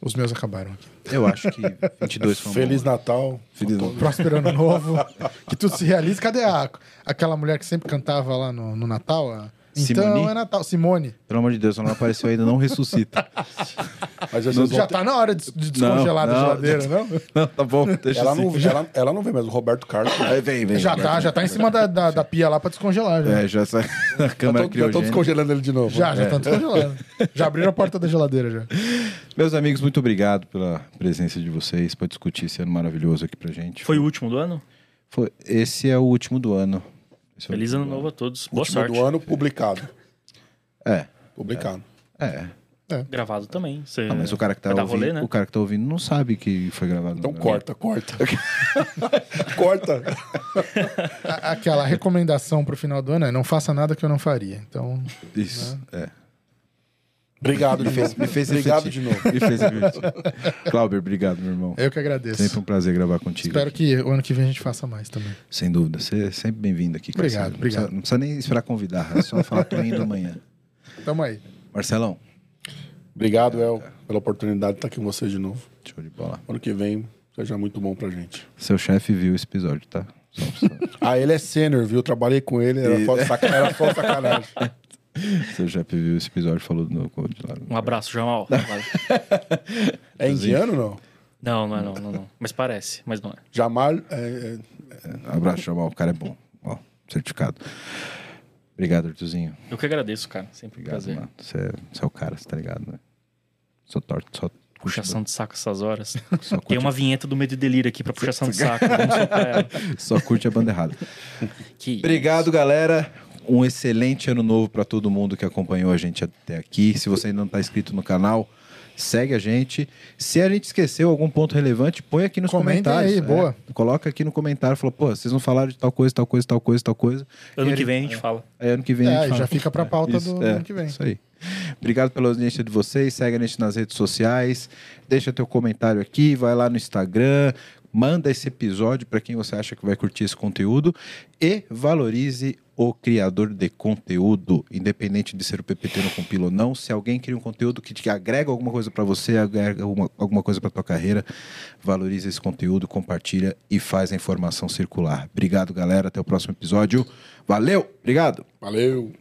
S4: Os meus acabaram aqui.
S1: Eu acho que 22
S2: né?
S1: foi um
S3: Feliz
S1: bom.
S3: Natal.
S1: Feliz
S3: Antônio.
S4: Próspero ano novo, que tudo se realize. Cadê a, aquela mulher que sempre cantava lá no, no Natal? A- Então
S1: Simone?
S4: é Natal. Simone.
S1: Pelo amor de Deus, ela não apareceu ainda, não ressuscita.
S3: Mas vocês
S4: Já
S3: vão
S4: tá na hora de, de descongelar
S1: não.
S4: da geladeira, não?
S1: Não, tá bom,
S3: ter-
S1: deixa
S3: Ela
S1: assim.
S3: não, ela, ela não vem, mas o Roberto Carlos.
S1: Aí vem, vem.
S4: Já tá, já tá em cima da, da, da pia lá pra descongelar.
S3: tá.
S4: Já,
S1: né? É, já sai na câmera
S3: Estão
S1: criogênica.
S3: tá descongelando ele de novo.
S4: já, já tá descongelando. Já abriram a porta da geladeira já.
S1: Meus amigos, muito obrigado pela presença de vocês para discutir esse ano maravilhoso aqui pra gente.
S2: Foi o último do ano?
S1: Foi- Esse é o último do ano. Esse é o
S2: Feliz
S1: último
S2: ano
S1: do
S2: novo a todos. Boa
S3: Último
S2: sorte.
S3: do ano, publicado.
S1: É,
S3: Publicado.
S1: é.
S2: Gravado também. Você-
S1: Ah, mas o cara que tá
S2: Vai dar
S1: ouvindo,
S2: rolê, né?
S1: o cara que tá ouvindo não sabe que foi gravado.
S3: Então
S1: no-
S3: corta, corta. corta.
S4: A- aquela recomendação pro final do ano é não faça nada que eu não faria. Então,
S1: Isso.
S3: Né?
S1: É.
S3: Obrigado,
S1: Me
S3: de
S1: fez,
S3: novo.
S1: me fez
S3: Obrigado
S1: refletir.
S3: de novo.
S1: Me fez refletir. Clauber, obrigado, meu irmão.
S4: eu que agradeço.
S1: Sempre um prazer gravar contigo.
S4: Espero que o ano que vem a gente faça mais também.
S1: Sem dúvida. Você é sempre bem-vindo aqui. cara.
S4: Obrigado,
S1: Não precisa-
S4: obrigado.
S1: Não precisa, nem esperar convidar. É só falar tô indo amanhã.
S4: Tamo aí.
S1: Marcelão.
S3: Obrigado, El, pela oportunidade de estar aqui com vocês de novo.
S1: Show de bola.
S3: Ano que vem seja muito bom pra gente.
S1: Seu chefe viu esse episódio, tá? Só pra-
S3: Ah, ele é sênior, viu? Trabalhei com ele, era só, saca- era só sacanagem.
S1: Seu chefe viu esse episódio falou do No Code lá. né?
S2: Um abraço, Jamal.
S3: É indiano, não?
S2: não, não é não, não, não. Mas parece, mas não é.
S3: Jamal. é, é,
S1: Abraço, Jamal. O cara é bom. Ó, certificado. Obrigado, Artuzinho.
S2: Eu que agradeço, cara. Sempre um
S1: Obrigado,
S2: prazer.
S1: mano. Você é, você é o cara, você tá ligado, né? Só torto, só.
S2: Puxação de saco essas horas.
S1: Só curte,
S2: Tem uma vinheta do Medo e Delírio aqui pra puxação de saco. Vamos soltar ela.
S1: só curte a banda errada.
S2: Que
S1: Obrigado, galera. Um excelente ano novo para todo mundo que acompanhou a gente até aqui. Se você ainda não está inscrito no canal, segue a gente. Se a gente esqueceu algum ponto relevante, põe aqui nos
S4: Comenta
S1: comentários. É,
S4: aí, boa.
S1: Coloca aqui no comentário, fala, pô, vocês não falaram de tal coisa, tal coisa, tal coisa, tal coisa.
S2: Ano que vem a gente fala.
S1: Aí ano que vem
S4: É,
S1: a gente
S4: aí
S1: fala.
S4: já fica pra pauta
S1: Isso,
S4: do
S1: é,
S4: ano que vem.
S1: Isso aí. Obrigado pela audiência de vocês. Segue a gente nas redes sociais. Deixa teu comentário aqui. Vai lá no Instagram. Manda esse episódio para quem você acha que vai curtir esse conteúdo. E valorize o criador de conteúdo, independente de ser o PPT no Compila ou não. Se alguém cria um conteúdo que te agrega alguma coisa para você, agrega alguma, alguma coisa para tua carreira, valorize esse conteúdo, compartilha e faz a informação circular. Obrigado, galera. Até o próximo episódio. Valeu! Obrigado!
S3: valeu.